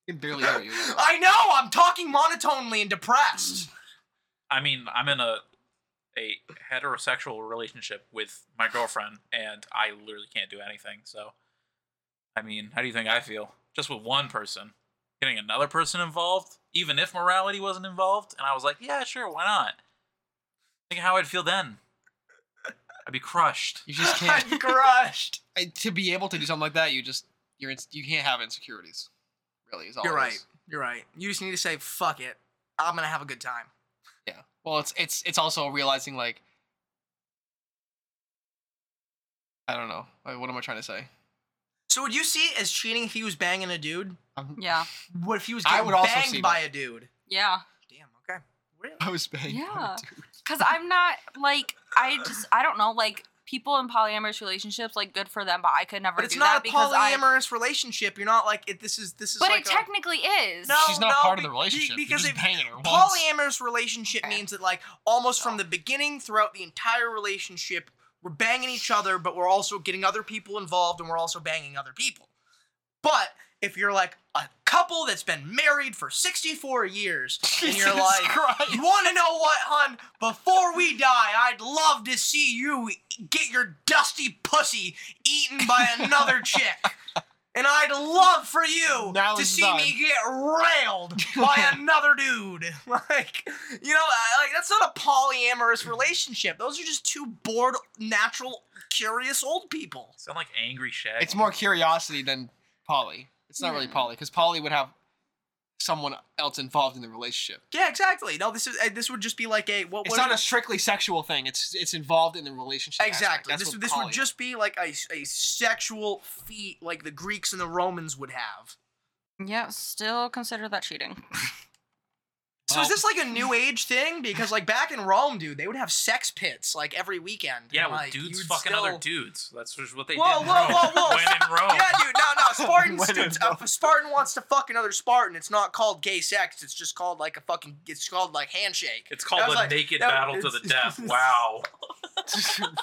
S3: I can barely hear you.
S1: I know. I'm talking monotonely and depressed.
S2: I mean, I'm in a a heterosexual relationship with my girlfriend and I literally can't do anything. So I mean, how do you think I feel? Just with one person. Getting another person involved, even if morality wasn't involved, and I was like, yeah, sure, why not? Think how I'd feel then. I'd be crushed.
S3: You just can't.
S1: I'm crushed.
S3: I, to be able to do something like that, you just you're in, you can't have insecurities. Really, is all.
S1: You're
S3: it
S1: right.
S3: is.
S1: You're right. You just need to say, "Fuck it. I'm gonna have a good time."
S3: Yeah. Well, it's it's it's also realizing like I don't know. Like, what am I trying to say?
S1: So would you see it as cheating if he was banging a dude?
S3: I'm,
S4: Yeah,
S1: What if he was
S3: I
S1: getting
S3: would also see
S1: banged by a dude?
S4: yeah.
S1: Damn. Really?
S3: I was banged. by a
S4: Yeah.
S3: dude.
S4: Cause I'm not like I just I don't know like people in polyamorous relationships like good for them, but I could never
S1: But it's
S4: do
S1: not
S4: that
S1: a
S4: because I.
S1: polyamorous relationship. You're not like it, this is this is.
S4: But
S1: like
S4: it
S1: a-
S4: technically is.
S1: No,
S3: She's not
S1: Oh, no,
S3: part of the
S1: be-
S3: relationship.
S1: because
S3: Because You're
S1: if-
S3: just paying her once.
S1: polyamorous relationship
S4: Okay. Oh.
S1: means that like almost from the beginning throughout the entire relationship we're banging each other but we're also getting other people involved and we're also banging other people but if you're like a couple that's been married for 64 years and you're
S3: Jesus
S1: like
S3: Christ.
S1: you want to know what hon before we die i'd love to see you get your dusty pussy eaten by another chick and I'd love for you
S3: Now
S1: to
S3: is
S1: see
S3: time.
S1: me get railed by another dude. Like, you know, I- like that's not a polyamorous relationship. Those are just two bored, natural, curious old people.
S2: Sound like angry Shaggy.
S3: It's more curiosity than Polly. It's not really
S4: Hmm.
S3: Polly because Polly would have someone else involved in the relationship.
S1: Yeah, exactly. No, this is uh, this would just be like a what?
S3: It's
S1: what
S3: not a strictly sexual thing. It's it's involved in the relationship. aspect.
S1: exactly.
S3: That's
S1: This
S3: what
S1: this
S3: poly
S1: would
S3: is.
S1: just be like a a sexual feat like the Greeks and the Romans would have.
S4: Yeah, still consider that cheating.
S1: So is this like a new age thing? Because like back in Rome, dude, they would have sex pits like every weekend.
S2: yeah,
S1: and,
S2: with
S1: like,
S2: dudes
S1: you'd
S2: fucking other
S1: still-
S2: dudes. That's just what they
S1: Whoa,
S2: did. in
S1: whoa,
S2: Rome.
S1: whoa, whoa.
S2: When in Rome.
S1: Yeah, dude. No, no. Spartans.
S3: When in
S1: dudes, if a Spartan wants to fuck another Spartan, it's not called gay sex. It's just called like a fucking. It's called like handshake.
S2: It's
S1: I
S2: called
S1: was
S2: the
S1: like,
S2: naked
S1: that-
S2: battle to the
S1: it's-
S2: death. Wow.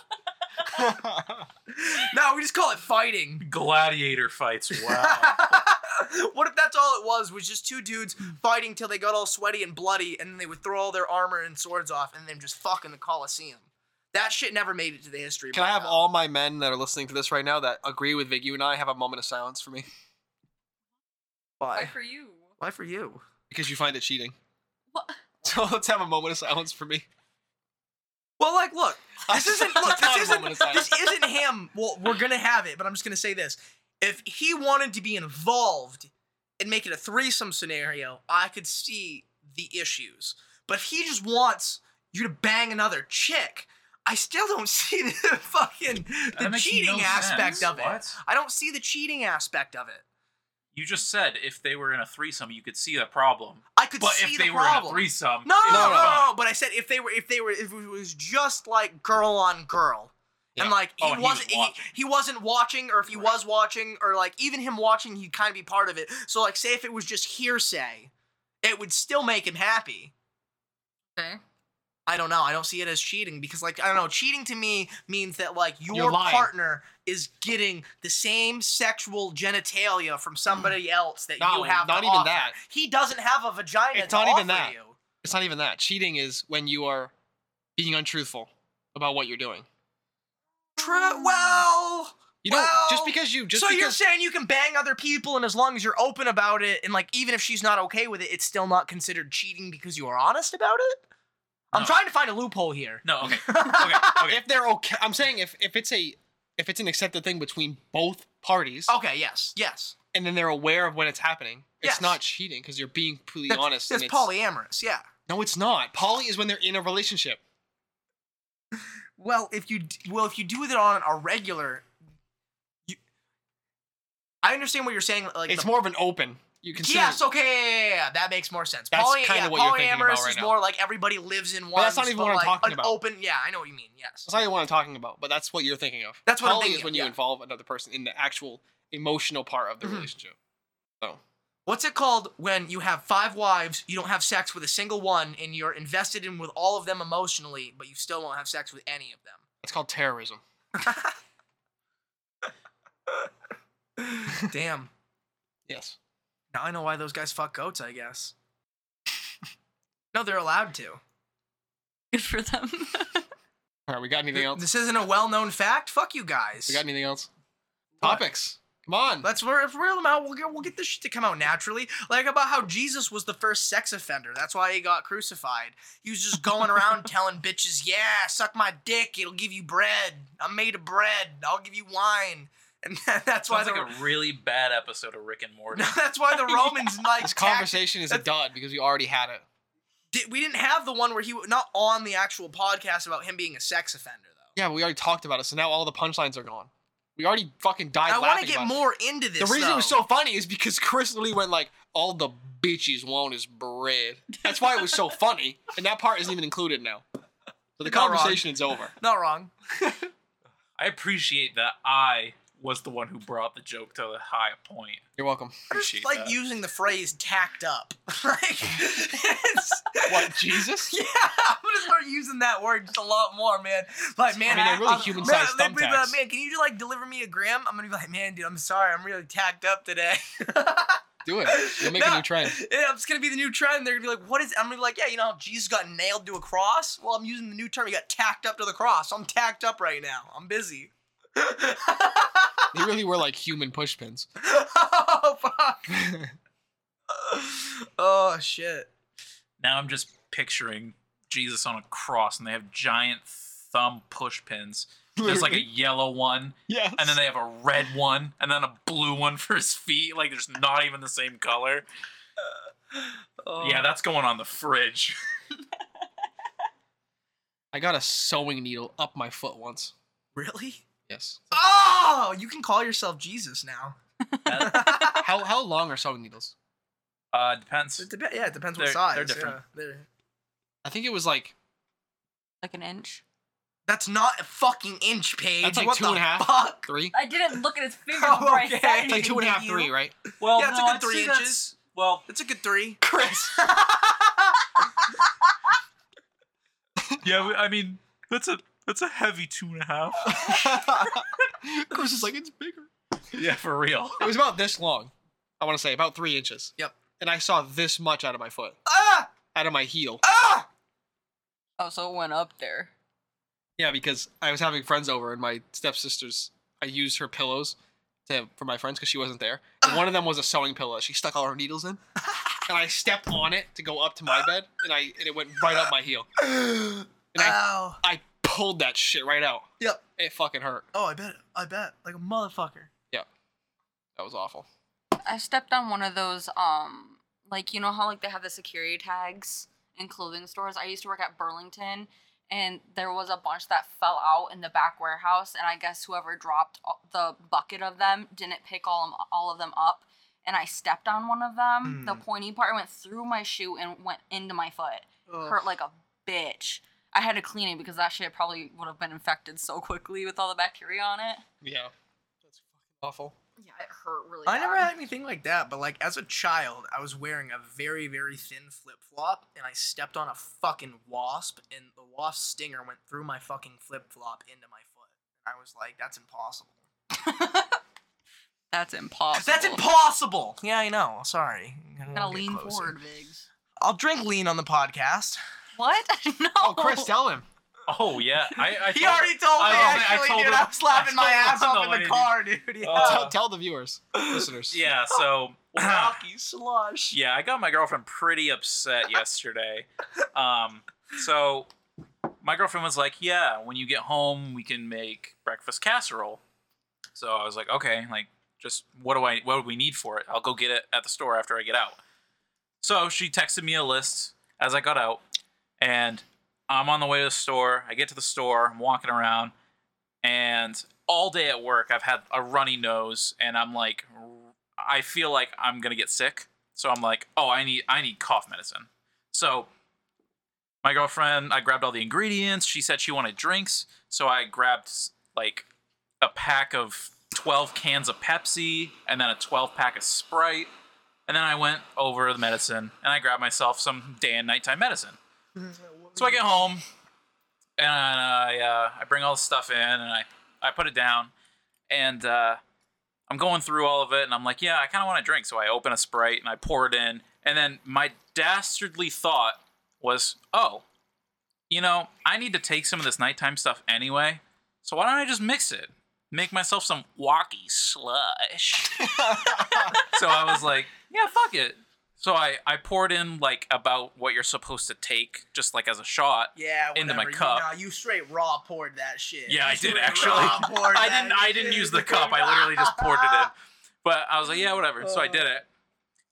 S1: No, we just call it fighting.
S2: Gladiator fights. Wow.
S1: what if that's all it was? Was just two dudes fighting till they got all sweaty and bloody, and then they would throw all their armor and swords off, and then just fuck in the Colosseum. That shit never made it to the history.
S3: Can
S1: book,
S3: I have
S1: though.
S3: all my men that are listening to this right now that agree with Vic, you and I have a moment of silence for me
S1: Why?
S4: for you.
S1: Why for you?
S3: because you find it cheating.
S4: What?
S3: So let's have a moment of silence for me.
S1: Well, like, look, this isn't look,
S3: Not
S1: this
S3: a
S1: isn't
S3: moment of silence.
S1: this isn't him. Well, we're gonna have it, but I'm just gonna say this: if he wanted to be involved and make it a threesome scenario, I could see the issues. But if he just wants you to bang another chick, I still don't see the fucking the cheating aspect of it. I don't see the cheating aspect of it.
S2: You just said if they were in a threesome, you could see the problem.
S1: I could
S2: But
S1: see
S2: if they
S1: the
S2: were
S1: problem.
S2: in a threesome,
S1: No,
S2: it was
S1: no, no, no,
S2: fine.
S1: no, But I said if they were, if they were, if it was just like girl on girl, and
S3: Yeah.
S1: like he
S2: Oh, and he was
S1: wasn't, he,
S2: watching.
S1: he wasn't watching, or if he was watching, or like even him watching, he'd kind of be part of it. So like, say if it was just hearsay, it would still make him happy.
S4: Okay.
S1: I don't know. I don't see it as cheating because like I don't know. Cheating to me means that like your
S3: You're lying.
S1: partner is getting the same sexual genitalia from somebody else that
S3: Mm. No,
S1: you have.
S3: not
S1: to
S3: even
S1: offer.
S3: that.
S1: He doesn't have a vagina.
S3: It's
S1: to
S3: not even
S1: offer
S3: that.
S1: you.
S3: It's not even that. Cheating is when you are being untruthful about what you're doing.
S1: True. Well.
S3: You don't
S1: Well,
S3: just because you just
S1: so you're
S3: because
S1: saying you can bang other people, and as long as you're open about it, and like even if she's not okay with it, it's still not considered cheating because you are honest about it. I'm
S2: No.
S1: trying to find a loophole here.
S2: No, okay. Okay, okay.
S3: if they're okay, I'm saying if if it's a if it's an accepted thing between both parties,
S1: Okay. Yes. Yes.
S3: and then they're aware of when it's happening,
S1: Yes.
S3: it's not cheating because you're being completely
S1: That's,
S3: honest.
S1: That's
S3: and it's-
S1: polyamorous. Yeah.
S3: No, it's not. Poly is when they're in a relationship.
S1: Well, if you d- well if you do it on a regular, you, I understand what you're saying. Like
S3: it's
S1: the-
S3: more of an open. You can
S1: Yes. Okay. Yeah, yeah, yeah, yeah. That makes more sense.
S3: That's
S1: Poly-
S3: kinda
S1: yeah,
S3: what you're thinking about
S1: polyamorous
S3: right
S1: is
S3: now.
S1: more like everybody lives in one.
S3: But that's not even what I'm
S1: like,
S3: talking
S1: an
S3: about.
S1: Open. Yeah, I know what you mean. Yes.
S3: That's not even what I'm talking about, but that's what you're thinking of.
S1: That's what I'm
S3: Poly
S1: thinking
S3: is
S1: of,
S3: when you
S1: yeah.
S3: involve another person in the actual emotional part of the
S1: Mhm.
S3: relationship.
S1: What's it called when you have five wives, you don't have sex with a single one, and you're invested in with all of them emotionally, but you still won't have sex with any of them?
S3: That's called terrorism.
S1: Damn.
S3: Yes.
S1: Now I know why those guys fuck goats, I guess. No, they're allowed to.
S4: Good for them.
S3: All right, we got anything else?
S1: This isn't a well known fact. Fuck you guys.
S3: We got anything else?
S1: What?
S3: Topics. Come on.
S1: Let's we're, if we're out, we'll get we'll get this shit to come out naturally. Like about how Jesus was the first sex offender. That's why he got crucified. He was just going around telling bitches, "Yeah, suck my dick. It'll give you bread. I'm made of bread. I'll give you wine." And that's why
S2: Sounds
S1: the,
S2: like a really bad episode of Rick and Morty.
S1: that's why the Romans like
S3: This
S1: tax-
S3: conversation is a
S1: that's-
S3: dud because we already had it.
S1: Did, we didn't have the one where he w- not on the actual podcast about him being a sex offender though.
S3: Yeah, but we already talked about it, so now all the punchlines are gone. We already fucking died.
S1: I want
S3: laughing
S1: to get
S3: about it.
S1: more into this.
S3: The reason
S1: though.
S3: it was so funny is because Chris literally went like, "All the bitches want is bread." That's why it was so funny, and that part isn't even included now. So the
S1: Not wrong.
S3: conversation is over.
S1: not wrong.
S2: I appreciate that I was the one who brought the joke to the high point.
S3: You're welcome.
S1: I just
S2: Appreciate
S1: like
S2: that.
S1: using the phrase "tacked up." like, it's-
S3: What Jesus?
S1: Yeah, I'm gonna start using that word just a lot more, man. Like, man,
S3: I mean, they're really
S1: uh,
S3: human-sized
S1: man, they'd be
S3: thumbtacks.
S1: like, man, can you just like deliver me a gram? I'm gonna be like, man, dude, I'm sorry, I'm really tacked up today.
S3: Do it. You'll make a
S1: No.
S3: new trend.
S1: Yeah, it's gonna be the new trend. They're gonna be like, what is? I'm gonna be like, yeah, you know, how Jesus got nailed to a cross. Well, I'm using the new term. He got tacked up to the cross. I'm tacked up right now. I'm busy.
S3: They really were like human pushpins.
S1: oh fuck. oh shit.
S2: Now I'm just picturing Jesus on a cross and they have giant thumb push pins. There's like a yellow one,
S3: yes.
S2: and then they have a red one, and then a blue one for his feet. Like there's not even the same color.
S1: Oh.
S2: Yeah, that's going on the fridge.
S3: I got a sewing needle up my foot once.
S1: really.
S3: Yes.
S1: Oh, you can call yourself Jesus now.
S3: How how long are sewing needles?
S2: Uh, depends.
S1: It dep- yeah, it depends what
S2: They're-
S1: size.
S2: they're different.
S1: yeah. They're-
S3: I think it was like
S4: Like an inch.
S1: That's not a fucking inch, Paige.
S3: That's like
S1: what
S3: two
S1: the
S3: and a half.
S1: fuck?
S3: three.
S4: I didn't look at his fingers
S1: Oh,
S4: before
S1: okay.
S4: I said
S3: It's like two and a half, three, right?
S2: Well,
S1: Yeah, it's a
S2: Oh, no,
S1: good
S2: I'd
S1: three
S2: say that's-
S1: inches.
S2: Well,
S1: That's a good three.
S3: Chris.
S2: yeah, we- I mean that's a that's a heavy two and a half.
S3: Chris is like, it's bigger.
S2: yeah, for real.
S3: It was about this long. I want to say about three inches.
S1: Yep.
S3: And I saw this much out of my foot,
S1: Ah!
S3: out of my heel.
S1: Ah!
S4: Oh, so it went up there.
S3: Yeah, because I was having friends over, and my stepsisters, I used her pillows to for my friends because she wasn't there. And one of them was a sewing pillow. that She stuck all her needles in, and I stepped on it to go up to my bed, and I and it went right up my heel. And I,
S1: Ow.
S3: I pulled that shit right out.
S1: Yep.
S3: It fucking hurt.
S1: Oh, I bet. I bet. Like a motherfucker.
S3: That was awful.
S4: I stepped on one of those, um, like you know how like they have the security tags in clothing stores. I used to work at Burlington, and there was a bunch that fell out in the back warehouse, and I guess whoever dropped all- the bucket of them didn't pick all them, all of them up, and I stepped on one of them. The
S1: Mm.
S4: pointy part went through my shoe and went into my foot. Hurt like a bitch. I had to clean it because that shit probably would have been infected so quickly with all the bacteria on it.
S3: Yeah. That's fucking awful.
S4: Yeah, it hurt really.
S1: I never
S4: bad.
S1: had anything like that, but like as a child, I was wearing a very, very thin flip flop and I stepped on a fucking wasp and the wasp stinger went through my fucking flip flop into my foot. I was like, that's impossible.
S4: That's impossible.
S1: That's impossible! Yeah, I know. Sorry. I don't
S4: Gotta
S1: wanna get
S4: lean
S1: closer.
S4: forward, Viggs.
S1: I'll drink lean on the podcast.
S4: What? no.
S3: Oh, Chris, tell him.
S2: Oh yeah, I, I
S1: He
S2: told-
S1: already told me,
S2: I told- I
S1: actually,
S2: told
S1: dude.
S2: him-
S1: I was laughing
S2: I
S1: my
S2: told
S1: ass
S2: him
S1: off
S2: the
S1: in the
S2: lady.
S1: car, dude. Yeah.
S2: Oh.
S3: tell, tell the viewers, listeners.
S2: Yeah, so
S1: Oh. Rocky slush.
S2: Yeah, I got my girlfriend pretty upset yesterday. um, so my girlfriend was like, "Yeah, when you get home, we can make breakfast casserole." So I was like, "Okay, like just what do I what do we need for it? I'll go get it at the store after I get out." So she texted me a list as I got out, and I'm on the way to the store. I get to the store, I'm walking around, and all day at work, I've had a runny nose, and I'm like, I feel like I'm gonna get sick. So I'm like, oh, I need I need cough medicine. So my girlfriend, I grabbed all the ingredients. She said she wanted drinks, so I grabbed like a pack of 12 cans of Pepsi and then a 12 pack of Sprite. And then I went over to the medicine and I grabbed myself some day and nighttime medicine. So I get home and I uh, I bring all the stuff in and I I put it down and uh, I'm going through all of it, and I'm like, yeah, I kind of want a drink. So I open a Sprite and I pour it in. And then my dastardly thought was, oh, you know, I need to take some of this nighttime stuff anyway. So why don't I just mix it? Make myself some walkie slush. so I was like, yeah, fuck it. So I, I poured in like about what you're supposed to take, just like as a shot.
S1: Yeah,
S2: Into my
S1: whatever. You-
S2: cup.
S1: Nah, you straight raw poured that shit.
S2: Yeah,
S1: You
S2: I did,
S1: straight
S2: actually.
S1: raw poured
S2: I
S1: that
S2: didn't. I didn't
S1: shit.
S2: use the cup. I literally just poured it in. But I was like, yeah, whatever. So I did it,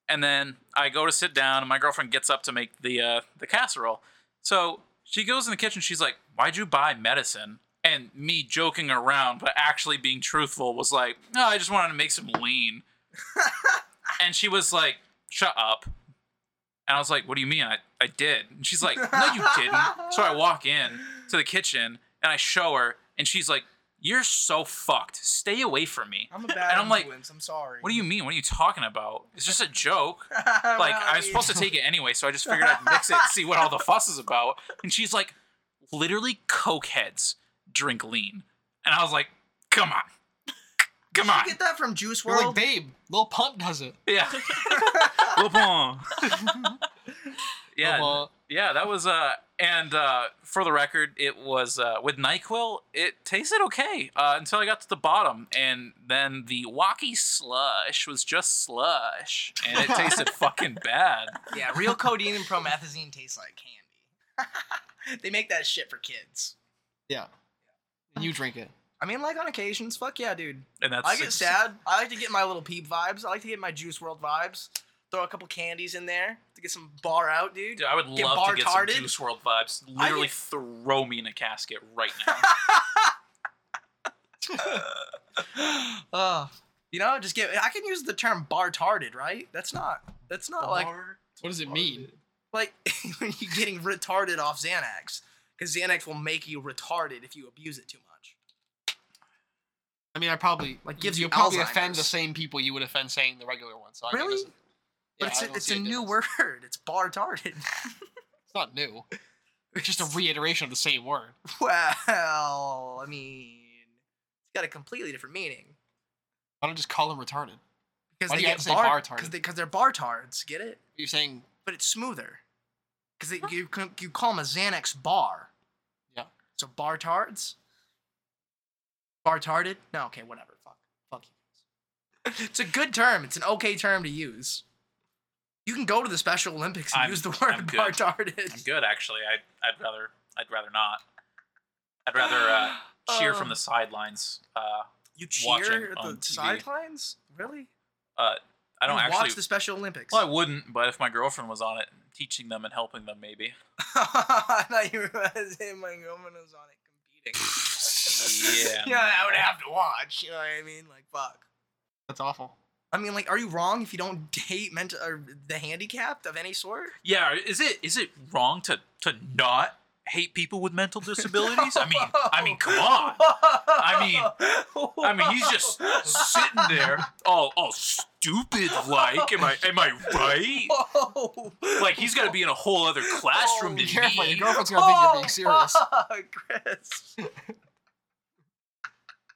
S2: and then I go to sit down, and my girlfriend gets up to make the uh, the casserole. So she goes in the kitchen. She's like, "Why'd you buy medicine?" and me joking around but actually being truthful was like, no, I just wanted to make some lean. and she was like, shut up. And I was like, what do you mean? I, I did. And she's like, no, you didn't. So I walk in to the kitchen and I show her, and she's like, you're so fucked. Stay away from me.
S1: I'm a bad
S2: And I'm like,
S1: influence. I'm sorry.
S2: What do you mean? What are you talking about? It's just a joke.
S1: Well,
S2: Like, I
S1: mean,
S2: was supposed to take it anyway, so I just figured I'd mix it and see what all the fuss is about. And she's like, literally, cokeheads drink lean. And I was like, come on. Come on.
S1: Did you get that from Juice
S3: We're
S1: World?
S3: like, babe, Lil Pump does it.
S2: Yeah. Le Bon. yeah.
S3: Well,
S2: Yeah, that was uh and uh for the record, it was uh with NyQuil, it tasted okay uh until I got to the bottom and then the walkie slush was just slush and it tasted fucking bad.
S1: yeah, real codeine and promethazine taste like candy. they make that shit for kids.
S3: yeah. You drink it.
S1: I mean, like on occasions, fuck yeah, dude.
S2: And that's
S1: I get
S2: it's-
S1: sad. I like to get my little peep vibes. I like to get my Juice World vibes. Throw a couple candies in there to get some bar out, dude.
S2: Dude, I would
S1: Get
S2: love to get some
S1: bar-tarded.
S2: Juice World vibes. Literally
S1: get-
S2: throw me in a casket right now.
S1: Ugh. you know, just get. I can use the term bar tarded, right? That's not. That's not like
S3: What does it mean?
S1: like when you're getting retarded off Xanax, because Xanax will make you retarded if you abuse it too much.
S3: I mean, I probably
S1: Like, gives you
S3: you'll probably
S1: Alzheimer's.
S3: offend the same people you would offend saying the regular one. So I mean, it
S1: Really?
S3: doesn't-
S1: But
S3: Yeah, I
S1: it's a,
S3: don't
S1: it's
S3: see
S1: a new
S3: difference.
S1: word. It's bar tarded.
S3: It's not new. It's just a reiteration of the same word.
S1: well, I mean, it's got a completely different meaning.
S3: Why don't just call them retarded?
S1: Because
S3: Why
S1: they
S3: do you have
S1: get
S3: to say
S1: bar
S3: bar-tarded?
S1: because they, 'cause they're bar tards, get it?
S3: You're saying
S1: But it's smoother. Because you, c- you call them a Xanax bar.
S3: Yeah.
S1: So bar tards? Bar tarded? No, okay, whatever. Fuck. Fuck you guys. it's a good term. It's an okay term to use. You can go to the Special Olympics and
S2: I'm-
S1: use the
S2: I'm
S1: word
S2: good.
S1: bar tarded.
S2: I'm good actually. I I'd rather I'd rather not. I'd rather uh, cheer
S1: Oh.
S2: from the sidelines. Uh
S1: You
S2: watching
S1: cheer at
S2: on
S1: the
S2: TV.
S1: sidelines? Really?
S2: uh I don't
S1: you
S2: actually
S1: watch the Special Olympics.
S2: Well, I wouldn't, but if my girlfriend was on it, teaching them and helping them, maybe.
S1: I thought you were saying my woman was on it competing.
S2: Yeah.
S1: you know, I would have to watch. You know what I mean? Like, fuck.
S3: that's awful.
S1: I mean, like, are you wrong if you don't date mental or the handicapped of any sort?
S2: Yeah, is it is it wrong to to not hate people with mental disabilities? I mean, I mean, come on.
S1: I mean,
S2: I mean, he's just sitting there, all all stupid like. Am I am I right?
S1: Whoa.
S2: Like he's got to be in a whole other classroom
S1: Oh,
S2: than
S3: Careful, your
S2: me.
S3: girlfriend's gonna think you're being serious.
S1: Fuck, Chris.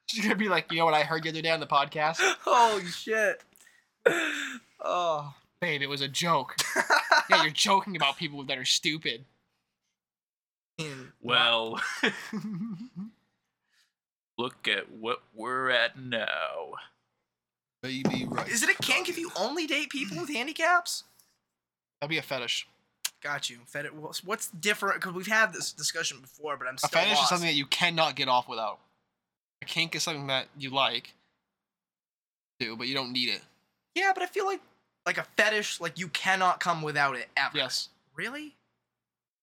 S3: She's gonna be like, you know what I heard the other day on the podcast?
S1: Holy shit. Oh.
S3: Babe, it was a joke. yeah, you're joking about people that are stupid.
S1: man.
S2: Well, look at what we're at now.
S3: Baby, right?
S1: Is it a kink if you only date people with handicaps?
S3: That'd be a fetish.
S1: Got you. Fed it. What's what's different? Because we've had this discussion before, but I'm
S3: A
S1: still
S3: fetish
S1: lost.
S3: is something that you cannot get off without. A kink is something that you like, do, but you don't need it.
S1: yeah, but I feel like like a fetish, like you cannot come without it ever.
S3: Yes.
S1: Really?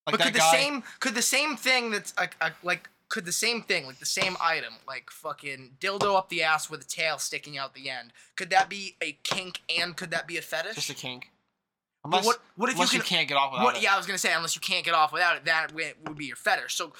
S3: Like
S1: but
S3: that
S1: could the
S3: guy.
S1: same could the same thing that's like a, like could the same thing like the same item like fucking dildo up the ass with a tail sticking out the end could that be a kink and could that be a fetish?
S3: just a kink.
S1: But
S3: Unless,
S1: what what if
S3: unless
S1: you
S3: you,
S1: can
S3: can't get off without
S1: What,
S3: it.
S1: yeah, I was gonna say unless you can't get off without it, that wi- would be your fetish. So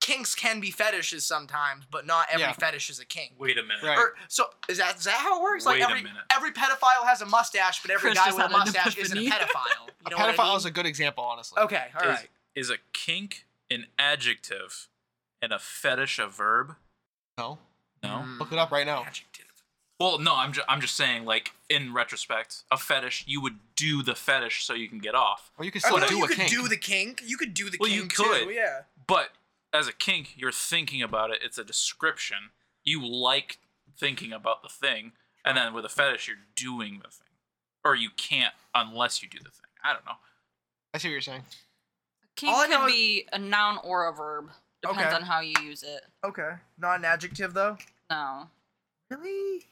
S1: kinks can be fetishes sometimes, but not every
S3: Yeah.
S1: fetish is a kink.
S2: Wait a minute.
S3: Right.
S1: Or, so is that is that how it works? Like
S2: Wait a
S1: every
S2: minute.
S1: every pedophile has a mustache, but every
S4: Chris
S1: guy
S4: just
S1: with a
S4: had an
S1: mustache isn't a
S4: epiphany.
S1: pedophile. You know
S3: a pedophile
S1: what I mean?
S3: is a good example, honestly.
S1: okay, all
S2: is,
S1: right.
S2: is a kink an adjective and a fetish a verb?
S3: No,
S2: No.
S1: Mm.
S3: look it up
S2: oh.
S3: right now.
S1: Adjective.
S2: Well, no, I'm, ju- I'm just saying, like, in retrospect, a fetish, you would do the fetish so you can get off.
S3: Or you can
S1: I
S3: still
S1: mean,
S3: do
S1: you
S3: a
S1: could
S3: kink.
S1: do the kink. You could do the
S2: Well, you
S1: kink too.
S2: could.
S1: Yeah.
S2: But as a kink, you're thinking about it, it's a description. You like thinking about the thing. And then with a fetish, you're doing the thing. Or you can't unless you do the thing. I don't know.
S3: I see what you're saying.
S1: All I
S4: Kink
S1: know
S4: could
S1: is-
S4: be a noun or a verb. Depends
S1: Okay.
S4: on how you use it.
S1: Okay. Not an adjective though.
S4: No.
S1: Really?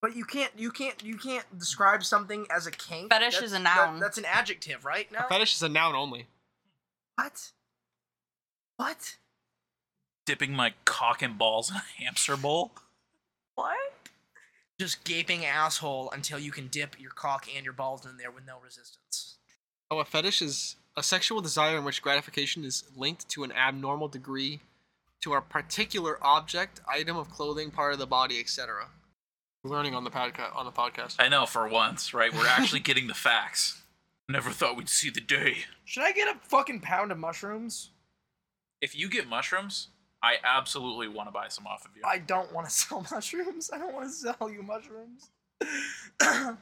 S1: But you can't you can't you can't describe something as a kink.
S4: Fetish is a noun.
S1: that's an adjective, right? No.
S3: Fetish is a noun only.
S1: What? What?
S2: dipping my cock and balls in a hamster bowl.
S4: What?
S1: Just gaping asshole until you can dip your cock and your balls in there with no resistance.
S3: Oh, a fetish is a sexual desire in which gratification is linked to an abnormal degree to a particular object, item of clothing, part of the body, etc. Learning on the podca- on the podcast.
S2: I know for once, right? We're actually getting the facts. Never thought we'd see the day.
S1: Should I get a fucking pound of mushrooms?
S2: If you get mushrooms, I absolutely want to buy some off of you.
S1: I don't want to sell mushrooms. I don't want to sell you mushrooms. I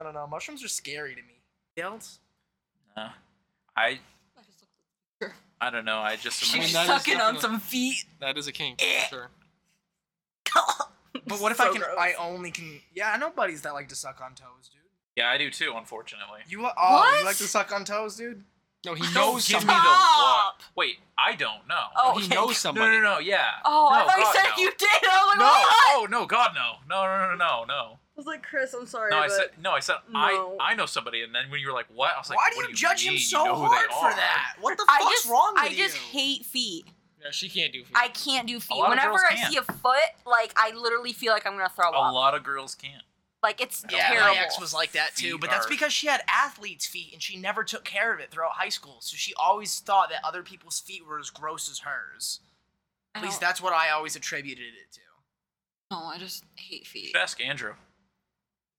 S1: don't know. Mushrooms are scary to me. Else?
S2: Uh, I I don't know. I just
S4: She
S3: mean,
S4: was
S2: imagine-
S3: that is
S4: sucking on
S3: definitely-
S4: some feet.
S3: That is a kink, for sure.
S1: But what if I
S4: So
S1: can?
S4: gross.
S1: I only can. Yeah, I know buddies that like to suck on toes, dude.
S2: yeah, I do too. Unfortunately,
S1: You li- oh, you
S4: What?
S1: like to suck on toes, dude?
S3: No, he
S2: Don't
S3: knows
S2: give me the
S3: somebody.
S2: wa-
S4: Stop.
S2: Wait, I don't know.
S4: Oh,
S3: He
S4: okay.
S3: knows
S2: no,
S3: somebody.
S2: no, no, yeah.
S4: Oh, I
S2: No,
S4: thought you
S2: God,
S4: said
S2: no.
S4: you did. I was like,
S2: No!
S4: what?
S2: Oh no! God no! No! No! No! No! No!
S4: I was like, Chris, I'm sorry.
S2: No! I
S4: but
S2: said no. I said
S4: No.
S2: I I know somebody, and then when you were like, "What?" I was like,
S1: Why do
S2: "What
S1: you judge him
S2: mean?
S1: so
S2: You know who they
S1: hard
S2: are."
S1: for that? What the
S4: I
S1: fuck's
S4: just,
S1: wrong with
S4: I just
S1: you?
S4: hate feet.
S3: Yeah, she can't do.
S4: I can't do feet.
S2: lot of
S4: Whenever
S2: girls
S4: I
S2: can.
S4: see a foot, like I literally feel like I'm gonna throw
S2: A
S4: up.
S2: lot of girls can't.
S4: Like it's
S1: Yeah,
S4: terrible.
S1: my ex was like that too,
S2: Feet
S1: but that's
S2: are-
S1: because she had athlete's feet and she never took care of it throughout high school. So she always thought that other people's feet were as gross as hers. At least
S4: I
S1: that's what I always attributed it to.
S4: don't- No, I just hate feet.
S2: You should ask Andrew.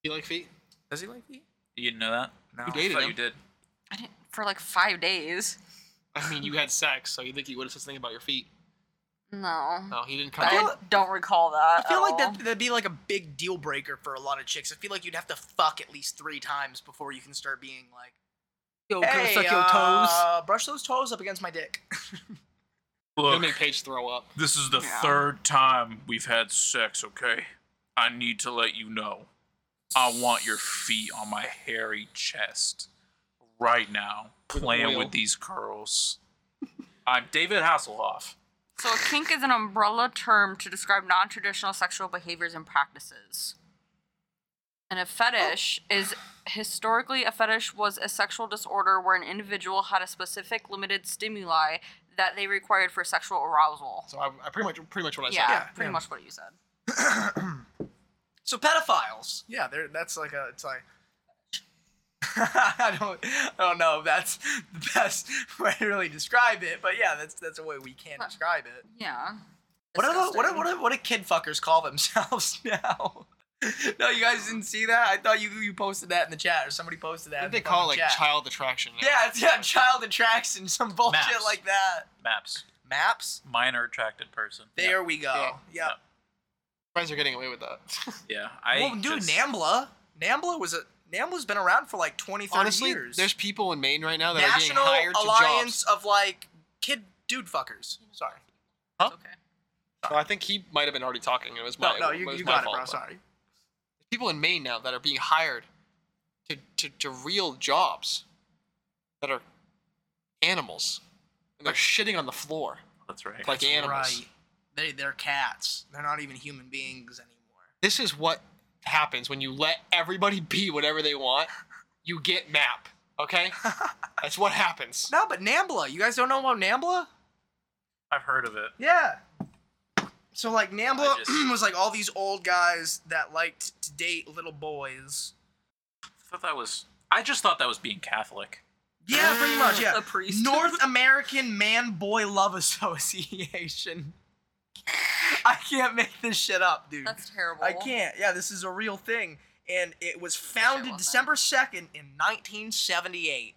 S3: You like feet?
S1: Does he like feet?
S2: You didn't know that? No.
S3: You dated
S2: I thought
S3: him.
S2: you did.
S4: I didn't for like five days.
S3: I mean, you had sex, so you think he would have said something about your feet?
S4: No,
S3: No, he didn't come.
S4: I,
S1: feel-
S4: don't recall that.
S1: I feel
S4: at
S1: like
S4: all.
S1: that, that'd be like a big deal breaker for a lot of chicks. I feel like you'd have to fuck at least three times before you can start being like,
S3: Yo,
S1: hey, uh, brush those toes up against my dick.
S3: Gonna
S2: Look,
S3: make Paige throw up.
S2: this is the
S4: Yeah.
S2: third time we've had sex. Okay, I need to let you know. I want your feet on my hairy chest right now,
S3: With
S2: playing
S3: oil.
S2: with these curls. I'm David Hasselhoff.
S4: So a kink is an umbrella term to describe non-traditional sexual behaviors and practices. And a fetish is historically a fetish was a sexual disorder where an individual had a specific limited stimuli that they required for sexual arousal.
S3: So I, I pretty much, pretty much what I
S4: yeah,
S3: said.
S1: yeah,
S4: pretty
S1: yeah.
S4: much what you said.
S1: So pedophiles. Yeah, they're, that's like a. It's like. I don't. I don't know. If that's the best way to really describe it, but yeah, that's that's a way we can describe it.
S4: Yeah.
S1: What are the, what are,
S4: Disgusting.
S1: what are, what do kid fuckers call themselves now? no, you guys didn't see that. I thought you you posted that in the chat or somebody posted that.
S3: I
S1: in
S3: think they
S1: the
S3: call it like
S1: fucking chat.
S3: child attraction. now.
S1: Yeah, it's yeah, child attraction, some bullshit
S2: Maps.
S1: like that.
S2: Maps,
S1: Maps.
S2: minor attracted person.
S1: There we go.
S2: Yeah.
S1: Yeah.
S3: Friends are getting away with that.
S2: Yeah, I
S1: well, dude,
S2: just-
S1: Nambla. Nambla was a Nambla's been around for like 20, 30
S3: Honestly,
S1: years.
S3: there's people in Maine right now that
S1: National
S3: are being hired
S1: Alliance
S3: to jobs.
S1: of like kid dude fuckers. Sorry.
S4: It's okay.
S3: Well, I think he might have been already talking. It was
S1: No,
S3: my
S1: no, you,
S3: was
S1: you
S3: my
S1: got it,
S3: fault,
S1: bro.
S3: but-
S1: Sorry.
S3: People in Maine now that are being hired to, to, to real jobs that are animals. And they're shitting on the floor
S2: That's right.
S3: like animals.
S1: Right. They they're cats. They're not even human beings anymore.
S3: This is what happens when you let everybody be whatever they want. You get map. Okay, that's what happens.
S1: No, but Nambla. You guys don't know about Nambla?
S2: I've heard of it.
S1: Yeah. So like Nambla
S2: I just-
S1: was like all these old guys that liked to date little boys.
S2: I thought that was. I just thought that was being Catholic.
S1: Yeah, pretty much. Yeah.
S4: A priest.
S1: North American Man Boy Love Association. I can't make this shit up, dude.
S4: That's terrible.
S1: I can't. Yeah, this is a real thing. And it was founded
S4: wasn't.
S1: December 2nd in 1978.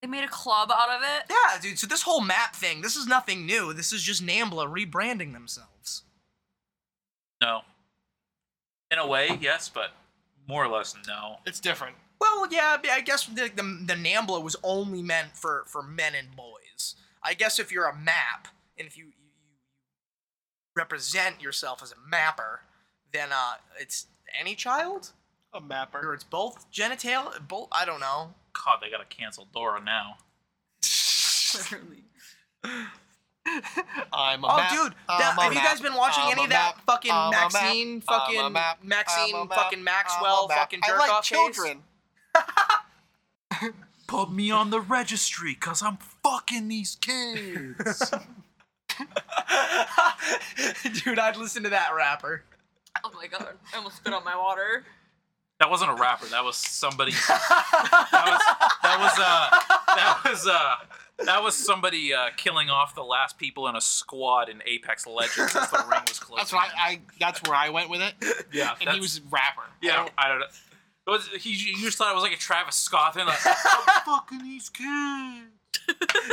S4: They made a club out of it.
S1: Yeah, dude. So this whole map thing, this is nothing new. This is just Nambla rebranding themselves.
S2: No. In a way, yes, but more or less, no.
S3: It's different.
S1: Well, yeah, I mean, I guess the, the, the Nambla was only meant for, for men and boys. I guess if you're a map and if you, you, you represent yourself as a mapper, then uh, it's any child
S3: A mapper.
S1: or it's both genital, both. I don't know.
S2: God, they gotta cancel Dora now.
S4: Literally.
S3: I'm a
S1: Oh,
S3: map. Um,
S1: dude,
S3: I'm
S1: that,
S3: a
S1: have you
S3: map.
S1: guys been watching
S3: I'm
S1: any
S3: a
S1: of that
S3: map.
S1: fucking
S3: I'm a map.
S1: Maxine,
S3: I'm a
S1: fucking
S3: map.
S1: Maxine,
S3: I'm a map.
S1: fucking Maxwell,
S3: I'm a map.
S1: fucking jerk
S3: I like
S1: off
S3: children.
S2: Put me on the registry, cause I'm fucking these kids.
S1: Dude, I'd listen to that rapper.
S4: Oh my god, I almost spit out my water.
S2: That wasn't a rapper. That was somebody. That was that was uh that was uh that was somebody uh, killing off the last people in a squad in Apex Legends as the ring was closing.
S3: That's what I, I. That's where I went with it.
S2: yeah,
S3: And he was rapper.
S2: Yeah, I don't, I don't know. It was, he, you just thought it was like a Travis Scott thing. Like, I'm fucking these kids.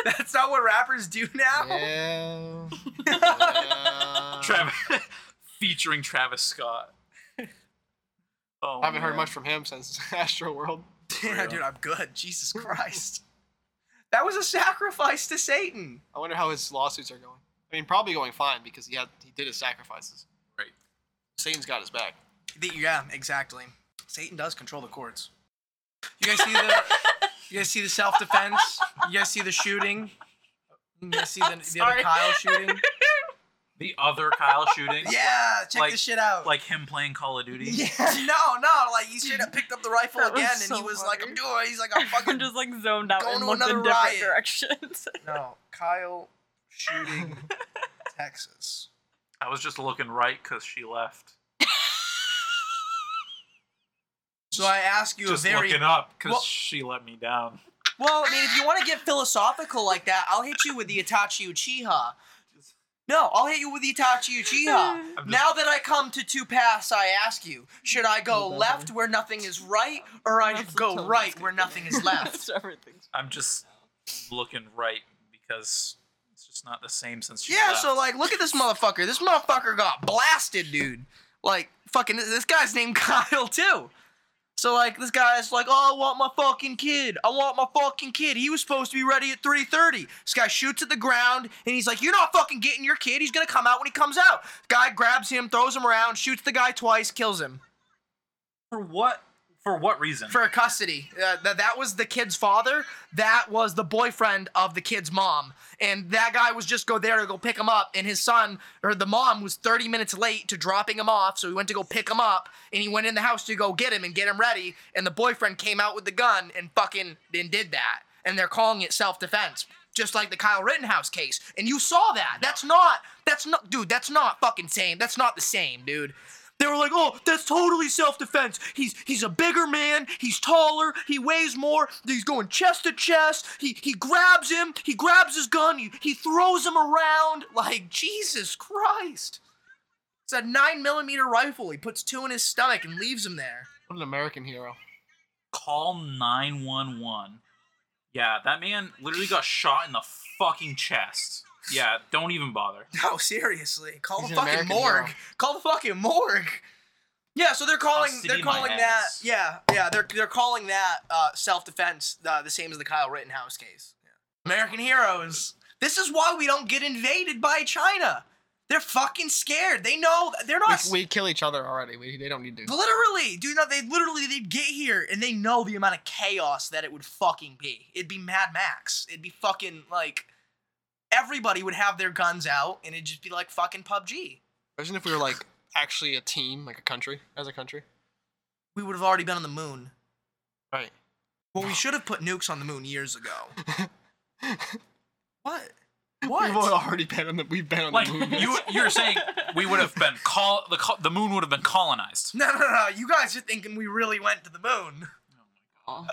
S1: That's not what rappers do now.
S3: Yeah.
S2: Travis featuring Travis Scott. Oh,
S3: I haven't heard
S2: man.
S3: much from him since Astro World.
S1: Yeah,
S2: real.
S1: dude, I'm good. Jesus Christ. That was a sacrifice to Satan.
S3: I wonder how his lawsuits are going. I mean, probably going fine because he had he did his sacrifices.
S2: Right.
S3: Satan's got his back.
S1: The- yeah, exactly. Satan does control the courts. You guys see the You guys see the self defense? You guys see the shooting? You guys see the, the other
S4: Sorry.
S1: Kyle shooting?
S2: The other Kyle shooting.
S1: Yeah, check
S2: Like-
S1: this shit out.
S2: Like him playing Call of Duty.
S1: yeah, no, no, like he straight up picked up the rifle
S4: That was
S1: again, and
S4: so
S1: he was
S4: funny.
S1: like, "I'm doing." it." He's like, "I'm fucking."
S4: I'm just like zoned out
S1: Going
S4: and
S1: to
S4: looked in
S1: another
S4: different
S1: riot.
S4: directions.
S1: No, Kyle shooting Texas.
S2: I was just looking right because she left.
S1: So I ask you
S2: just
S1: a very
S2: looking up because
S1: Well-
S2: she let me down.
S1: Well, I mean, if you want to get philosophical like that, I'll hit you with the Itachi Uchiha. No, I'll hit you with the Itachi Uchiha.
S2: just-
S1: Now that I come to two paths, I ask you: Should I go
S3: Hold on,
S1: left where nothing is right, or I should go right where nothing is left?
S4: so everything's
S2: I'm just looking right because it's just not the same since she
S1: Yeah,
S2: left.
S1: so like, look at this motherfucker. This motherfucker got blasted, dude. Like, fucking, this guy's named Kyle too. So like, this guy's like, oh, I want my fucking kid. I want my fucking kid. He was supposed to be ready at 3:30. This guy shoots at the ground, and he's like, you're not fucking getting your kid. He's gonna come out when he comes out. Guy grabs him, throws him around, shoots the guy twice, kills him
S2: for what? For what reason?
S1: for custody. Uh, th- that was the kid's father. That was the boyfriend of the kid's mom. And that guy was just go there to go pick him up. And his son or the mom was 30 minutes late to dropping him off. So he went to go pick him up. And he went in the house to go get him and get him ready. And the boyfriend came out with the gun and fucking and did that. And they're calling it self defense. Just like the Kyle Rittenhouse case. And you saw that. That's not, that's not, dude, that's not fucking same. That's not the same, dude. They were like, "Oh, that's totally self-defense. He's he's a bigger man. He's taller. He weighs more. He's going chest to chest. He he grabs him. He grabs his gun. He, he throws him around like Jesus Christ. It's a nine millimeter rifle. He puts two in his stomach and leaves him there.
S3: What an American hero.
S2: Call 911. Yeah, that man literally got shot in the fucking chest. Yeah, don't even bother.
S1: No, seriously, call
S3: He's
S1: the
S3: an
S1: fucking
S3: American
S1: morgue.
S3: hero.
S1: Call the fucking morgue. Yeah, so they're calling
S2: Custody
S1: they're
S2: my
S1: calling that
S2: ass.
S1: yeah yeah they're they're calling that uh, self defense uh, the same as the Kyle Rittenhouse case. American heroes. This is why we don't get invaded by China. They're fucking scared. They know they're
S3: We,
S1: not.
S3: we kill each other already. We, they don't need to.
S1: Literally, do you know they literally they'd get here and they know the amount of chaos that it would fucking be. It'd be Mad Max. It'd be fucking like everybody would have their guns out and it'd just be like fucking PUBG.
S3: Imagine if we were like actually a team, like a country, as a country.
S1: We would have already been on the moon.
S3: Right.
S1: Well, we should have put nukes on the moon years ago. what?
S3: We've all
S1: What?
S3: already been on the. We've been on
S2: Like
S3: the moon.
S2: you, you're saying we would have been call the col- the moon would have been colonized.
S1: No, no, no! You guys are thinking we really went to the moon. Uh,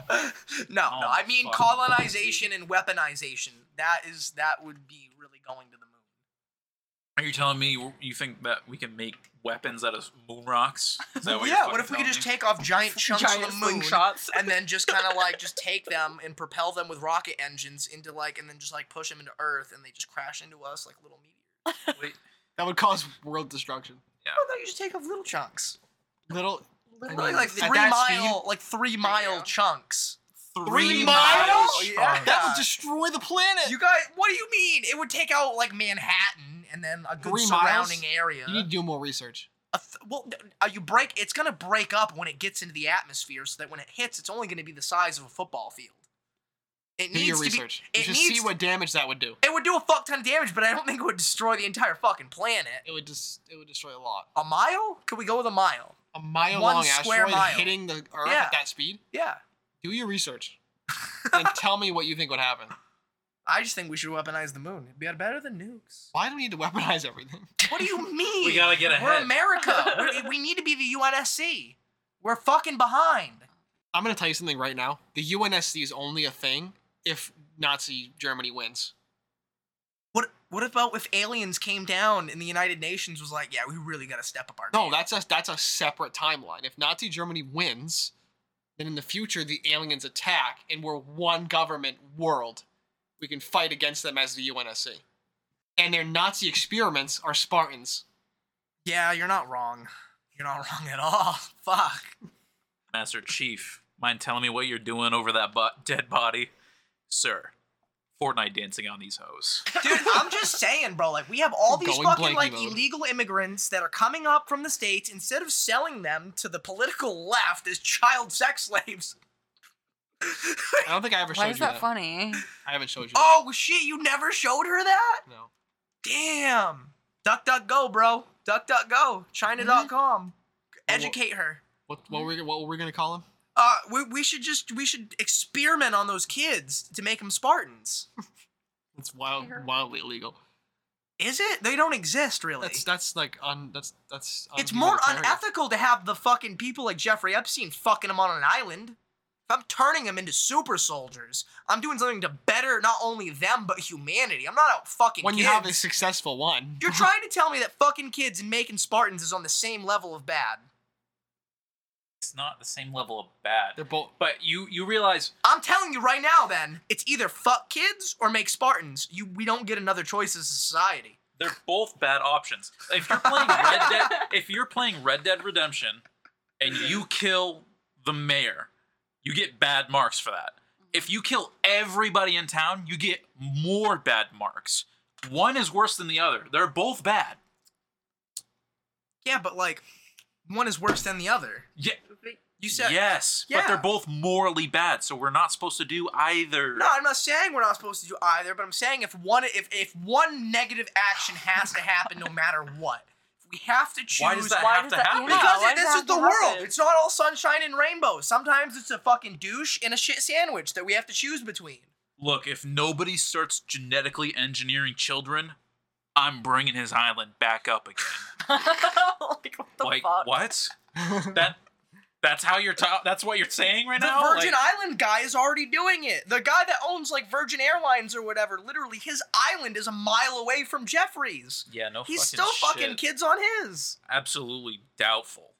S1: No, no.
S2: Oh,
S1: I mean
S2: fuck.
S1: colonization and weaponization. That is that would be really going to the moon.
S2: Are you telling me you think that we can make weapons out of moon rocks? Is that what you're
S1: yeah,
S2: fucking
S1: what if we could
S2: telling
S1: just
S2: me?
S1: take off giant chunks
S4: giant
S1: of the moon
S4: slingshots.
S1: and then just kind of like just take them and propel them with rocket engines into like and then just like push them into Earth and they just crash into us like little meteors?
S2: Wait,
S3: that would cause world destruction.
S1: I thought you just take off little chunks,
S3: Little.
S1: literally
S3: mean,
S1: like
S3: at
S1: three
S3: that
S1: mile, like three mile
S4: Yeah.
S1: chunks.
S2: three,
S1: Three
S2: miles?
S1: miles? Yeah.
S2: Oh,
S3: That would destroy the planet.
S1: You guys, what do you mean? It would take out like Manhattan and then a good
S3: Three miles?
S1: surrounding area.
S3: You need to do more research.
S1: a th- well, th- uh, you break. It's gonna break up when it gets into the atmosphere, so that when it hits, it's only gonna be the size of a football field. It
S3: Do
S1: needs
S3: your
S1: to
S3: research.
S1: be.
S3: you
S1: It
S3: should
S1: needs.
S3: see what damage that would do.
S1: it would do a fuck ton of damage, but I don't think it would destroy the entire fucking planet.
S3: It would just. It would destroy a lot.
S1: A mile? Could we go with a mile?
S3: A mile
S1: One
S3: long
S1: square
S3: asteroid
S1: mile.
S3: hitting the Earth
S1: Yeah.
S3: at that speed.
S1: Yeah.
S3: Do your research and tell me what you think would happen.
S1: I just think we should weaponize the moon. It'd be better than nukes.
S3: Why do we need to weaponize everything?
S1: What do you mean?
S5: We gotta get
S1: We're
S5: ahead.
S1: America. We're, we need to be the UNSC. We're fucking behind.
S3: I'm gonna tell you something right now. The UNSC is only a thing if Nazi Germany wins.
S1: What What about if aliens came down and the United Nations was like, yeah, we really gotta step up our
S3: No,
S1: game."
S3: that's a that's a separate timeline. If Nazi Germany wins, then in the future the aliens attack and we're one government world. We can fight against them as the UNSC. And their Nazi experiments are Spartans.
S1: yeah, you're not wrong. You're not wrong at all. Fuck.
S2: Master Chief, mind telling me what you're doing over that bo- dead body? Sir, Fortnite dancing on these hoes.
S1: Dude, I'm just saying, bro. Like, we have all these
S3: Going
S1: fucking
S3: blanky
S1: like
S3: mode.
S1: illegal immigrants that are coming up from the states. Instead of selling them to the political left as child sex slaves.
S3: I don't think I ever showed
S4: Why
S3: you
S4: is that
S3: that.
S4: funny?
S3: I haven't showed you. that.
S1: Oh shit! You never showed her that.
S3: No.
S1: Damn. Duck, duck, go, bro. Duck, duck, go.
S3: Mm-hmm.
S1: China.com. Educate her.
S3: What what were we- what were we gonna call him?
S1: Uh, we, we should just we should experiment on those kids to make them Spartans.
S3: It's wild, wildly illegal.
S1: Is it? They don't exist, really.
S3: That's that's like un that's that's.
S1: it's more
S3: unhumanitarian.
S1: unethical to have the fucking people like Jeffrey Epstein fucking them on an island. If I'm turning them into super soldiers, I'm doing something to better not only them but humanity. I'm not out fucking
S3: When you
S1: kids.
S3: have a successful one,
S1: You're trying to tell me that fucking kids and making Spartans is on the same level of bad.
S2: It's not the same level of bad.
S3: they're both.
S2: But you you realize
S1: I'm telling you right now, then it's either fuck kids or make Spartans. You, we don't get another choice as a society.
S2: they're both bad options. If you're playing Red Dead, if you're playing Red Dead Redemption, and you kill the mayor, you get bad marks for that. If you kill everybody in town, you get more bad marks. One is worse than the other. They're both bad.
S1: Yeah, but like, one is worse than the other.
S2: Yeah.
S1: You said,
S2: yes,
S1: Yeah.
S2: but they're both morally bad, so we're not supposed to do either.
S1: No, I'm not saying we're not supposed to do either, but I'm saying if one, if if one negative action has to happen, no matter what, if we have to choose.
S2: Why does that
S4: Why
S2: have
S4: does
S2: to
S4: that-
S2: happen?
S4: Yeah,
S1: Because
S4: why
S1: it-
S4: does
S1: this
S4: that
S1: is the
S4: have to
S1: world.
S4: happen?
S1: It's not all sunshine and rainbows. Sometimes it's a fucking douche and a shit sandwich that we have to choose between.
S2: Look, if nobody starts genetically engineering children, I'm bringing his island back up again.
S4: like what the
S2: like
S4: fuck?
S2: what? that that's how you're ta- that's what you're saying right
S1: The
S2: now?
S1: Virgin
S2: Like,
S1: Island guy is already doing it. The guy that owns like Virgin Airlines or whatever, literally his island is a mile away from Jeffrey's.
S2: yeah, no
S1: He's
S2: fucking
S1: still fucking
S2: shit.
S1: kids on his.
S2: absolutely doubtful.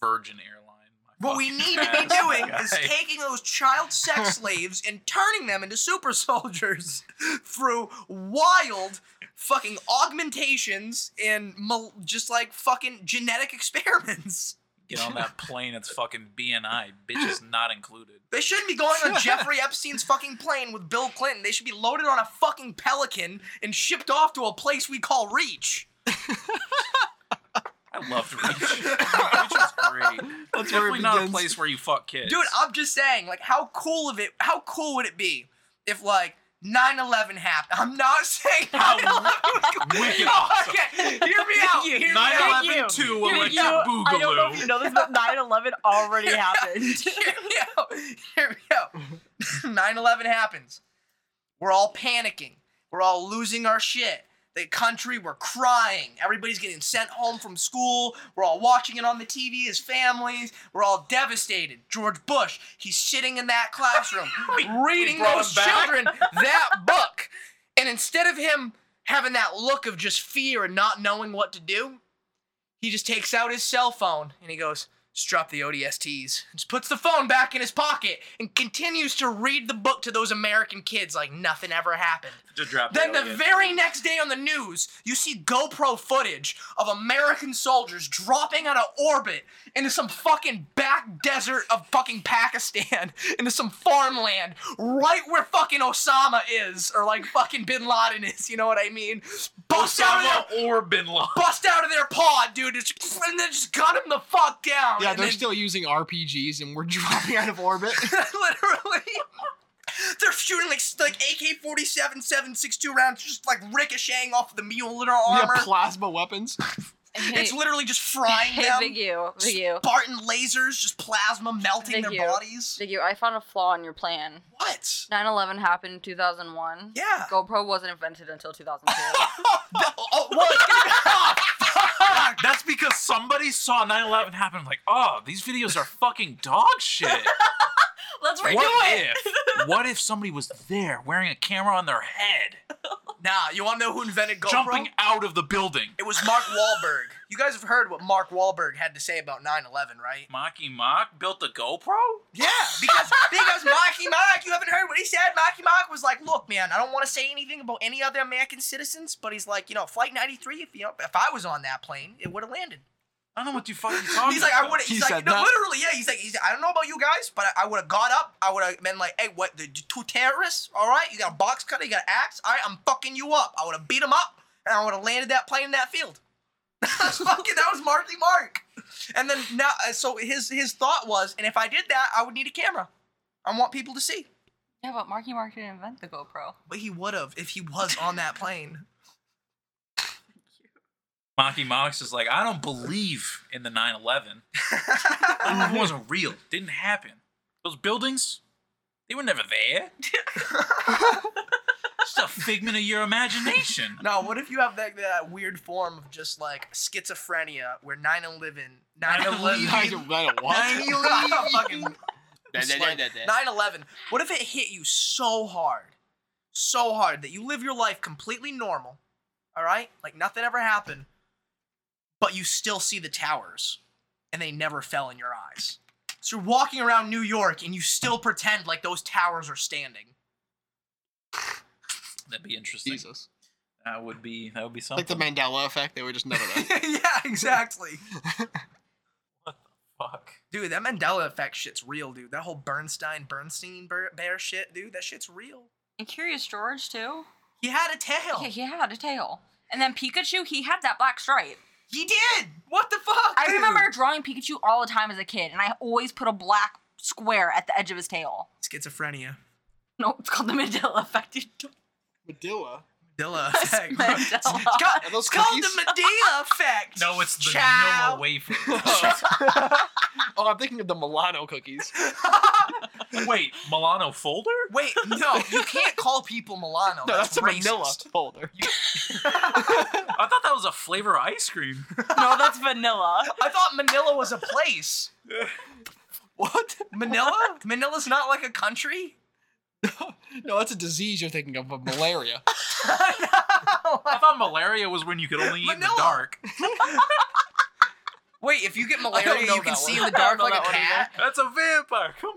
S2: Virgin airline. my
S1: What we
S2: fucking
S1: need to be
S2: ass,
S1: doing
S2: guy.
S1: is taking those child sex slaves and turning them into super soldiers through wild fucking augmentations and mul- just like fucking genetic experiments.
S2: get on that plane it's fucking BNI, bitches not included.
S1: They shouldn't be going on Jeffrey Epstein's fucking plane with Bill Clinton. They should be loaded on a fucking pelican and shipped off to a place we call Reach.
S2: I loved Reach. Reach is great. It's
S3: where it
S2: definitely not a
S3: begins.
S2: place where you fuck kids.
S1: Dude, I'm just saying, like, how cool of it? How cool would it be if like 9/11 happened? I'm not saying 9/11 was
S2: wicked
S1: Oh,
S2: awesome.
S1: okay, hear me out. Hear me out.
S2: 9/11 too,
S4: Thank
S2: like
S4: you. I don't know if you
S2: Boogaloo.
S4: know this, but 9-11 already happened.
S1: Hear me out. Hear me out. 9/11 happens. We're all panicking. We're all losing our shit. The country, we're crying. Everybody's getting sent home from school. We're all watching it on the TV as families. We're all devastated. George Bush, he's sitting in that classroom reading
S2: brought
S1: those
S2: him back.
S1: children that book. And instead of him having that look of just fear and not knowing what to do, he just takes out his cell phone and he goes, just drop the ODSTs. Just puts the phone back in his pocket and continues to read the book to those American kids like nothing ever happened.
S2: Just drop
S1: Then
S2: that
S1: the
S2: on you.
S1: very next day on the news, you see GoPro footage of American soldiers dropping out of orbit into some fucking back desert of fucking Pakistan, into some farmland, right where fucking Osama is, or like fucking bin Laden is, you know what I mean? Bust out of their
S2: Osama or Bin Laden.
S1: bust out of their pod, dude, and just- and then just gun him the fuck down.
S3: Yeah,
S1: and
S3: they're
S1: then-
S3: still using RPGs and we're dropping out of orbit.
S1: literally. They're shooting like s- like AK 47 762 rounds, just like ricocheting off the mule in our
S3: we have
S1: armor.
S3: plasma weapons.
S1: It's literally just frying them.
S4: Big you, big you,
S1: Spartan lasers, just plasma melting
S4: Thank
S1: their
S4: you.
S1: bodies.
S4: big you. I found a flaw in your plan.
S1: What?
S4: 9/11 happened in 2001.
S1: Yeah.
S4: GoPro wasn't invented until 2002.
S1: Oh, what?
S2: That's because somebody saw 9/11 happen. Like, oh, these videos are fucking dog shit.
S4: Let's redo
S2: what
S4: it.
S2: if? What if somebody was there wearing a camera on their head,
S1: nah, you want to know who invented GoPro?
S2: jumping out of the building?
S1: It was Mark Wahlberg. You guys have heard what Mark Wahlberg had to say about 9/11, right?
S2: Mocky Mock built a GoPro.
S1: Yeah, because because Marky Mark, you haven't heard what he said. Marky Mark was like, "Look, man, I don't want to say anything about any other American citizens, but he's like, you know, Flight 93. If you know, if I was on that plane, it would have landed."
S2: I don't know what you fucking talking.
S1: He's like, I
S2: about.
S1: would. have
S3: He
S1: He's like,
S3: said
S1: no,
S3: that.
S1: literally, yeah. He's like, he's, I don't know about you guys, but I, I would have got up. I would have been like, hey, what? The, the two terrorists? All right, you got a box cutter, you got an axe. All right, I'm fucking you up. I would have beat him up, and I would have landed that plane in that field. That's fucking. That was Marky Mark. And then now, uh, so his his thought was, and if I did that, I would need a camera. I want people to see.
S4: Yeah, but Marky Mark didn't invent the GoPro.
S1: But he would have if he was on that plane.
S2: Mocky Mox is like, I don't believe in the 9/11. it wasn't real. Didn't happen. Those buildings, they were never there. Just a figment of your imagination.
S1: Now, what if you have that, that weird form of just like schizophrenia where 9 11, 9
S3: I
S1: 11,
S3: don't- I don't want to.
S1: 9 11. What if it hit you so hard, so hard that you live your life completely normal, all right? Like nothing ever happened, but you still see the towers and they never fell in your eyes. So you're walking around New York and you still pretend like those towers are standing.
S2: That'd be interesting.
S3: Jesus.
S2: That would be that would be something.
S3: Like the Mandela effect, they were just never there.
S1: yeah, exactly.
S2: Fuck.
S1: Dude, that Mandela effect shit's real, dude. That whole Bernstein Bernstein bear, bear shit, dude. That shit's real.
S4: And Curious George too.
S1: He had a tail.
S4: Yeah, he had a tail. And then Pikachu, he had that black stripe.
S1: He did. What the fuck?
S4: I
S1: dude?
S4: remember drawing Pikachu all the time as a kid, and I always put a black square at the edge of his tail.
S1: schizophrenia.
S4: No, it's called the Mandela effect. You don't
S3: Mandela.
S1: Mandela effect.
S4: Mandela.
S1: It's called-
S3: Are those
S1: it's called
S3: cookies?
S1: the Mandela effect.
S2: No, it's the
S1: Chow.
S2: Noma wafer.
S3: Oh, I'm thinking of the Milano cookies.
S2: Wait, Milano folder?
S1: Wait, no, you can't call people Milano.
S3: No,
S1: that's
S3: that's a
S1: racist.
S3: Manila folder.
S2: I thought that was a flavor of ice cream.
S4: no, that's vanilla.
S1: I thought Manila was a place.
S3: What?
S1: Manila? Manila's not like a country?
S3: No, that's a disease you're thinking of, of malaria.
S2: I thought malaria was when you could only eat in the
S1: Manila.
S2: dark.
S1: Wait, if you get
S3: don't
S1: malaria,
S3: know
S1: you can
S3: that
S1: see
S3: one.
S1: in the
S3: I
S1: dark
S3: don't know
S1: like a
S3: that one
S1: cat.
S2: That's a vampire. Come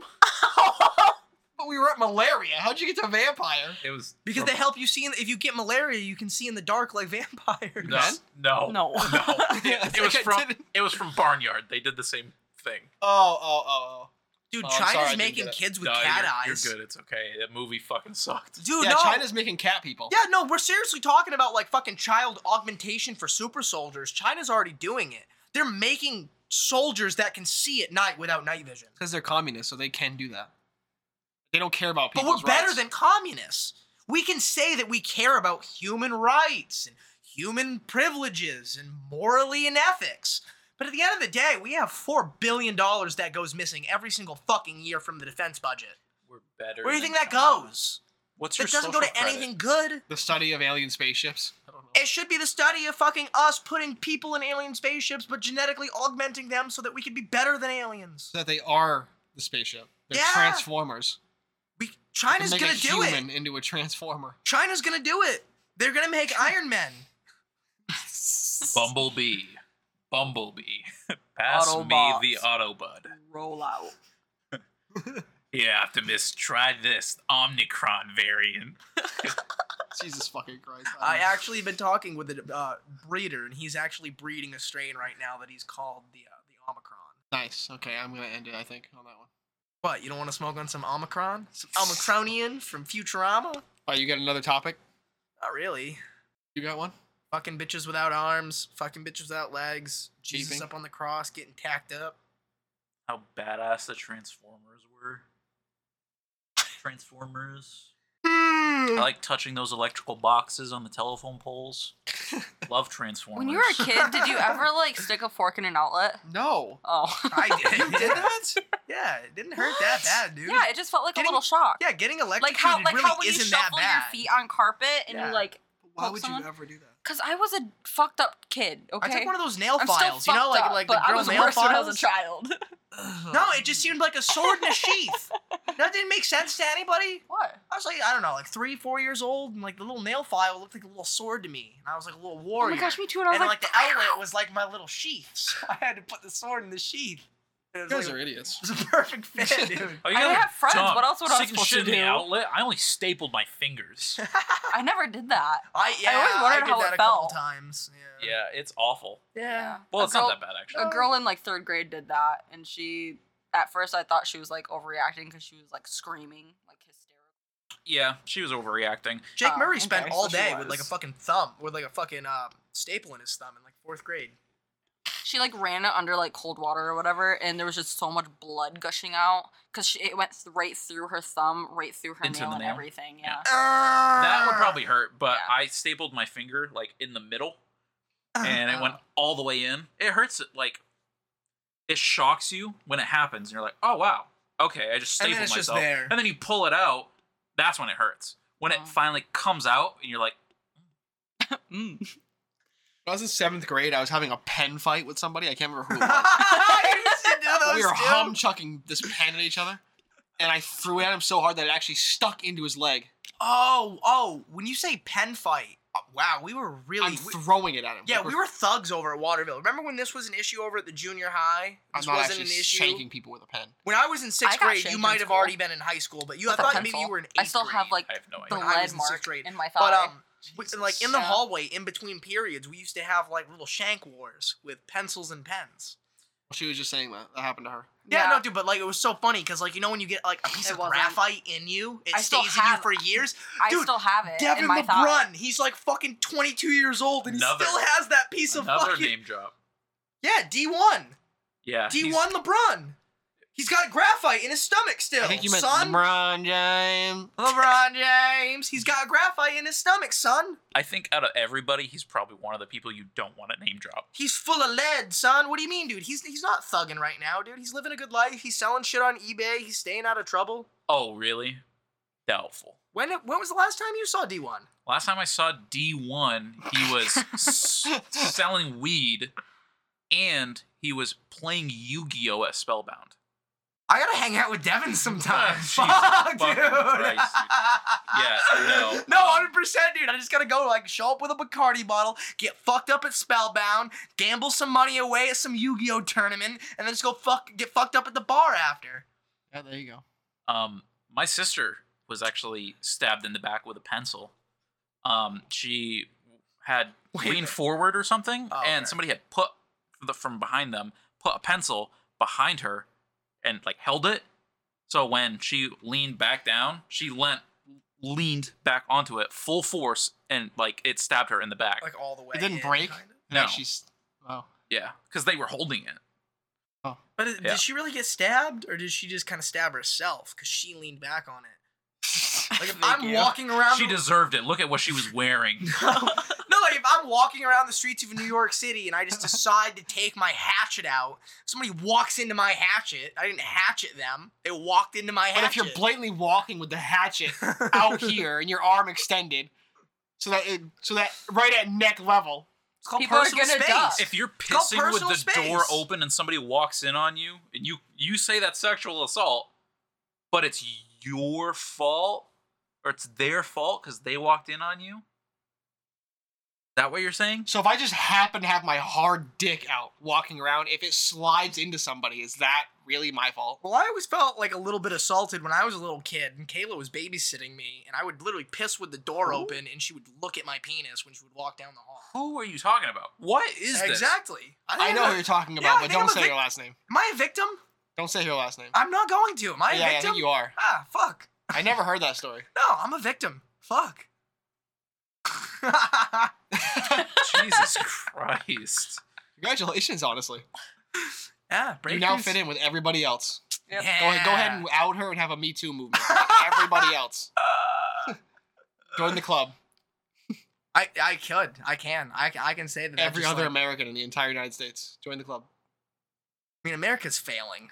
S2: on.
S3: but we were at malaria. How'd you get to vampire?
S2: It was
S1: Because they help you see in, if you get malaria, you can see in the dark like vampires.
S2: no, no,
S4: No.
S3: Yeah,
S2: It was
S3: like I
S2: from
S3: didn't-
S2: it was from Barnyard. They did the same thing.
S3: Oh, oh, oh, oh.
S1: Dude,
S3: Oh, I'm sorry, I
S1: China's
S3: didn't
S1: making
S3: get it.
S1: kids with
S2: No,
S1: cat
S2: you're,
S1: eyes.
S2: You're good. It's okay. That movie fucking sucked.
S1: Dude,
S3: yeah,
S1: no.
S3: China's making cat people.
S1: yeah, no, we're seriously talking about like fucking child augmentation for super soldiers. China's already doing it. They're making soldiers that can see at night without night vision.
S3: Because they're communists, so they can do that. They don't care about
S1: But
S3: people's
S1: we're better
S3: rights.
S1: than communists. We can say that we care about human rights and human privileges and morally and ethics. But at the end of the day, we have $4 billion that goes missing every single fucking year from the defense budget.
S2: We're better.
S1: Where do you
S2: than
S1: think that
S2: China.
S1: goes?
S2: What's your
S1: That doesn't go
S2: social
S1: to
S2: credit?
S1: anything good.
S3: the study of alien spaceships.
S1: It should be the study of fucking us putting people in alien spaceships, but genetically augmenting them so that we can be better than aliens.
S3: So that they are the spaceship. They're
S1: Yeah.
S3: transformers.
S1: We,
S3: They
S1: China's
S3: make
S1: gonna
S3: a
S1: do it.
S3: human into a transformer.
S1: China's gonna do it. They're gonna make Iron Men.
S2: Bumblebee. Bumblebee. Pass
S4: Autobots.
S2: me the Autobud.
S4: Roll out.
S2: Yeah, Optimus, try this Omnicron variant.
S3: Jesus fucking Christ.
S1: I actually been talking with a uh, breeder, and he's actually breeding a strain right now that he's called the uh, the Omicron.
S3: nice. Okay, I'm gonna end it. I think on that one.
S1: What? You don't want to smoke on some Omicron? Some Omicronian from Futurama?
S3: All right, you got another topic?
S1: Not really.
S3: You got one?
S1: Fucking bitches without arms. Fucking bitches without legs. Jesus
S3: Jeeping.
S1: up on the cross, getting tacked up.
S2: How badass the Transformers were.
S1: Hmm.
S2: Transformers. I like touching those electrical boxes on the telephone poles. Love Transformers.
S4: When you were a kid, did you ever like stick a fork in an outlet?
S3: No.
S4: Oh.
S1: I did.
S3: You did that?
S1: Yeah, it didn't hurt that bad, dude.
S4: Yeah, it just felt like
S1: Getting-
S4: a little shock.
S1: Yeah, getting
S4: Like
S1: electrocuted
S4: how like
S1: really
S4: how when you
S1: isn't that
S4: shuffle
S1: bad.
S4: your feet on carpet and
S1: Yeah.
S4: you like
S3: Why
S4: Poke
S3: would
S4: someone?
S3: you ever do that?
S4: cuz I was a fucked up kid, okay?
S1: I took one of those nail
S4: I'm still
S1: files, you know,
S4: fucked
S1: like
S4: up,
S1: like the
S4: but I
S1: girl
S4: was
S1: nail
S4: worse
S1: files.
S4: when I was a child.
S1: No, it just seemed like a sword in a sheath. That didn't make sense to anybody.
S4: what?
S1: I was like, I don't know, like three, four years old, and like the little nail file looked like a little sword to me, and I was like a little
S4: Oh
S1: warrior.
S4: my gosh, me too and I was
S1: and like,
S4: like,
S1: the outlet was like my little sheath. So I had to put the sword in the sheath. It was,
S3: You guys
S1: like,
S3: are idiots.
S1: it was a perfect fit, dude.
S2: Oh, you
S4: I
S2: gotta
S4: didn't have friends.
S2: dumb.
S4: What else would I
S2: Sticking
S4: supposed
S2: shit
S4: to
S2: in the
S4: do?
S2: outlet? I only stapled my fingers.
S4: I never did that.
S1: I yeah,
S4: always wondered
S1: did
S4: how
S1: that
S4: it
S1: a couple
S4: felt.
S1: times. Yeah.
S2: yeah, it's awful.
S1: Yeah.
S2: Well,
S4: A
S2: it's
S4: girl-
S2: not that bad actually.
S1: Oh.
S4: A girl in like 3rd grade did that and she at first I thought she was like overreacting cuz she was like screaming like hysterical.
S2: Yeah, she was overreacting.
S1: Jake
S4: Oh,
S1: Murray
S4: okay.
S1: spent
S4: So
S1: all
S4: she
S1: day with
S4: was.
S1: like a fucking thumb, with like a fucking uh, staple in his thumb in like fourth grade.
S4: She like ran it under like cold water or whatever and there was just so much blood gushing out cuz it went th- right through her thumb, right through her
S2: Into
S4: nail
S2: the
S4: and
S2: nail?
S4: everything.
S2: Yeah.
S4: Yeah.
S2: That
S1: That
S4: Ah.
S2: would probably hurt, but
S4: Yeah.
S2: I stapled my finger like in the middle,
S4: Ah.
S1: Oh,
S2: and it went all the way in. It hurts. Like it shocks you when it happens, and you're like, "Oh wow, okay, I just
S1: And
S2: stapled
S1: then it's just
S2: myself."
S1: there.
S2: And then you pull it out. That's when it hurts. When
S4: Oh.
S2: it finally comes out, and you're like,
S4: Mm.
S3: When I was in seventh grade, I was having a pen fight with somebody. I can't remember who it was.
S1: you used to do
S3: But
S1: those
S3: we were
S1: too?
S3: hum chucking this pen at each other, and I threw it at him so hard that it actually stuck into his leg.
S1: Oh, oh, when you say pen fight, uh, wow, we were really.
S3: I'm
S1: we-
S3: throwing it at him.
S1: yeah,
S3: Like,
S1: we were thugs over at Waterville. Remember when this was an issue over at the junior high?
S3: I'm
S1: This
S3: not
S1: wasn't
S3: actually
S1: an issue.
S3: shanking people with a pen.
S1: When I was in
S4: I
S1: sixth
S4: got
S1: grade,
S4: shanked
S1: you
S4: in
S1: might have
S4: school.
S1: already been in high school, but you I
S4: With a
S1: thought maybe you
S4: pencil.
S1: were in eighth
S4: I still
S1: grade.
S4: have like
S2: "I have no
S4: the
S2: idea."
S1: when I was
S4: lead
S1: in sixth
S4: mark
S1: grade.
S4: in my thigh.
S1: But um, we- like in the
S4: Yeah.
S1: hallway, in between periods, we used to have like little shank wars with pencils and pens.
S3: She was just saying that. That happened to her.
S1: Yeah, no, dude, but like it was so funny because like you know when you get like a piece
S4: It
S1: of
S4: wasn't.
S1: graphite in you, it
S4: I still
S1: stays in you
S4: have-
S1: for years.
S4: I
S1: dude,
S4: still have it
S1: Devin
S4: in my thigh.
S1: LeBrun, he's like fucking 22 years old and
S2: Another-
S1: he still has that piece of
S2: "Another
S1: fucking
S2: name drop."
S1: yeah D1,
S2: Yeah, he's-
S1: D1 LeBron. He's got graphite in his stomach still.
S3: I think you meant
S1: son.
S3: LeBron James.
S1: LeBron James, he's got graphite in his stomach, son.
S2: I think out of everybody, he's probably one of the people you don't want to name drop.
S1: He's full of lead, son. What do you mean, dude? He's he's not thugging right now, dude. He's living a good life. He's selling shit on eBay. He's staying out of trouble.
S2: Oh, really? Doubtful.
S1: When when was the last time you saw D1?
S2: Last time I saw D1, he was s- selling weed and he was playing Yu Gi Oh! at Spellbound.
S1: I gotta hang out with Devin sometime.
S2: Jesus
S1: Fuck, dude.
S2: fucking Christ, dude. Yeah, no.
S1: No, hundred percent, dude. I just gotta go like show up with a Bacardi bottle, get fucked up at Spellbound, gamble some money away at some Yu-Gi-Oh tournament, and then just go fuck get fucked up at the bar after.
S3: Yeah, there you go.
S2: Um, my sister was actually stabbed in the back with a pencil. Um, she had
S1: Wait a
S2: leaned
S1: minute.
S2: forward or something,
S1: Oh,
S2: and
S1: okay.
S2: somebody had put the, from behind them put a pencil behind her and like held it. So when she leaned back down, she leant leaned back onto it full force and like it stabbed her in the back.
S1: Like all the way.
S3: It didn't
S1: in,
S3: break.
S1: kinda.
S2: No.
S3: She's. Oh.
S2: yeah, because they were holding it.
S1: But it-
S2: Yeah.
S1: did she really get stabbed, or did she just kind of stab herself because she leaned back on it? Like if I'm
S3: you.
S1: walking around,
S2: She deserved it. Look at what she was wearing.
S1: no, like if I'm walking around the streets of New York City and I just decide to take my hatchet out, somebody walks into my hatchet. I didn't hatchet them; they walked into my hatchet.
S3: But if you're blatantly walking with the hatchet out here and your arm extended, so that it, so that right at neck level,
S1: it's called
S4: People are
S1: personal
S4: gonna
S1: space.
S4: duck.
S2: if you're
S1: called
S2: pissing with
S1: personal
S2: the
S1: space.
S2: door open and somebody walks in on you and you you say that's sexual assault but it's your fault or it's their fault because they walked in on you Is that what you're saying
S3: So if I just happen to have my hard dick out walking around, if it slides into somebody, is that really my fault?
S1: Well, I always felt like a little bit assaulted when I was a little kid, and Kayla was babysitting me, and I would literally piss with the door
S2: Who?
S1: open, and she would look at my penis when she would walk down the hall.
S2: who are you talking about what is this
S1: exactly.
S3: I
S1: think
S3: know
S1: I'm
S3: who
S1: a-
S3: you're talking
S1: Yeah, I
S3: about, but
S1: think
S3: don't
S1: I'm a
S3: say
S1: vic-
S3: your last name.
S1: Am I a victim?
S3: Don't say your last name.
S1: I'm not going to. Am I a
S3: yeah, I
S1: victim?
S3: think you are.
S1: Ah, fuck.
S3: I never heard that story.
S1: No, I'm a victim. Fuck.
S2: jesus christ
S3: Congratulations, honestly.
S1: yeah,
S3: You now fit in with everybody else.
S4: Yep.
S1: Yeah.
S3: Go, ahead- go ahead and out her and have a Me Too movement. Everybody else. Join the club.
S1: I I could. I can. I, I can say that. that's
S3: Every
S1: just
S3: other
S1: like-
S3: American in the entire United States join the club.
S1: I mean, America's failing.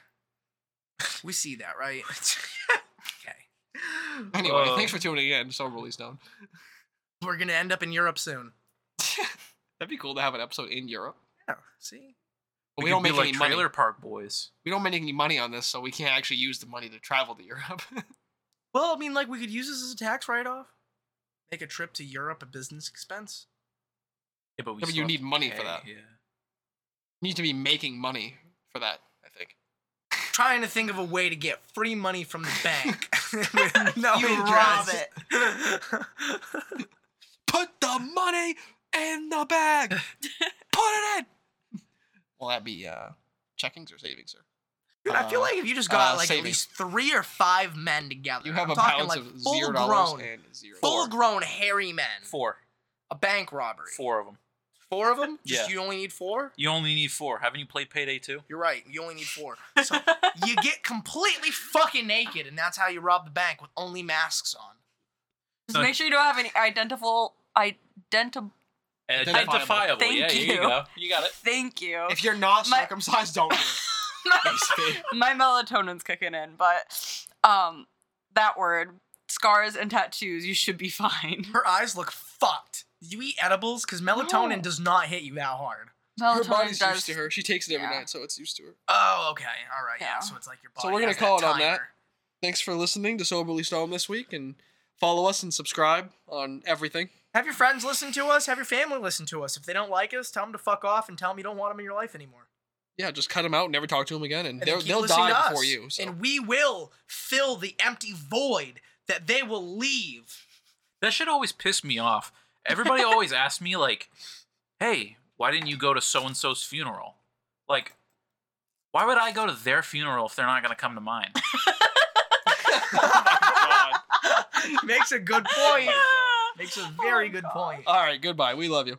S1: We see that, right? okay.
S3: Anyway,
S2: Uh,
S3: thanks for tuning in. Soberly Stone.
S1: We're gonna end up in Europe soon.
S3: That'd be cool to have an episode in Europe.
S1: Yeah. See.
S3: But we,
S2: could
S3: don't
S2: be
S3: make
S2: like
S3: any
S2: Trailer
S3: money.
S2: Park Boys.
S3: We don't make any money on this, so we can't actually use the money to travel to Europe.
S1: Well, I mean, like we could use this as a tax write-off. Make a trip to Europe a business expense.
S2: Yeah, but we.
S3: Yeah, but
S2: still
S3: you
S2: have
S3: need
S2: to
S3: money for
S2: pay,
S3: that.
S2: Yeah.
S3: Need to be making money for that. I think.
S1: Trying to think of a way to get free money from the bank. With no
S4: You rob
S1: interest.
S3: Put the money in the bag. Put it in. Will that be uh, checkings or savings, sir?
S1: Dude, I feel
S3: Uh,
S1: like if you just got
S3: uh,
S1: like
S3: saving.
S1: at least three or five men together,
S3: You have
S1: I'm
S3: a
S1: talking
S3: balance
S1: like
S3: of
S1: full
S3: zero
S1: grown,
S3: dollars and zero.
S1: full grown hairy men,
S2: Four.
S1: a bank robbery,
S2: Four of them.
S1: Four of them. Just
S2: Yeah.
S1: you only need four.
S2: You only need four. Haven't you played Payday 2?
S1: You're right. You only need four. So you get completely fucking naked, and that's how you rob the bank with only masks on.
S4: Just make sure you don't have any identifiable identifiable.
S2: Identifiable.
S3: Identifiable.
S4: Thank
S2: yeah, here you
S4: you.
S2: go. You got it.
S4: Thank you.
S3: If you're not
S4: My-
S3: circumcised, don't do it. Basically.
S4: my melatonin's kicking in, but um, that word scars and tattoos, you should be fine.
S1: Her eyes look fucked. Do you eat edibles? Because melatonin
S4: No.
S1: does not hit you that hard.
S3: her
S4: Melatonin
S3: body's
S4: does.
S3: used to her. She takes it every
S4: yeah.
S3: night, so it's used to her.
S1: Oh, okay. All right. Yeah.
S4: Yeah.
S1: So it's like your body.
S3: So we're gonna
S1: has
S3: call it on that.
S1: timer.
S3: Thanks for listening to Soberly Stone this week, and follow us and subscribe on everything.
S1: Have your friends listen to us. Have your family listen to us. If they don't like us, tell them to fuck off and tell them you don't want them in your life anymore.
S3: Yeah, just cut them out, never talk to them again, and,
S1: And
S3: they'll,
S1: keep
S3: they'll
S1: listening to
S3: die
S1: us.
S3: before you. So.
S1: And we will fill the empty void that they will leave.
S2: That shit always pissed me off. Everybody always asks me, like, hey, why didn't you go to so and so's funeral? Like, why would I go to their funeral if they're not going to come to mine?
S1: Makes a good point. Makes a very good point.
S3: Oh, All right, goodbye. We love you.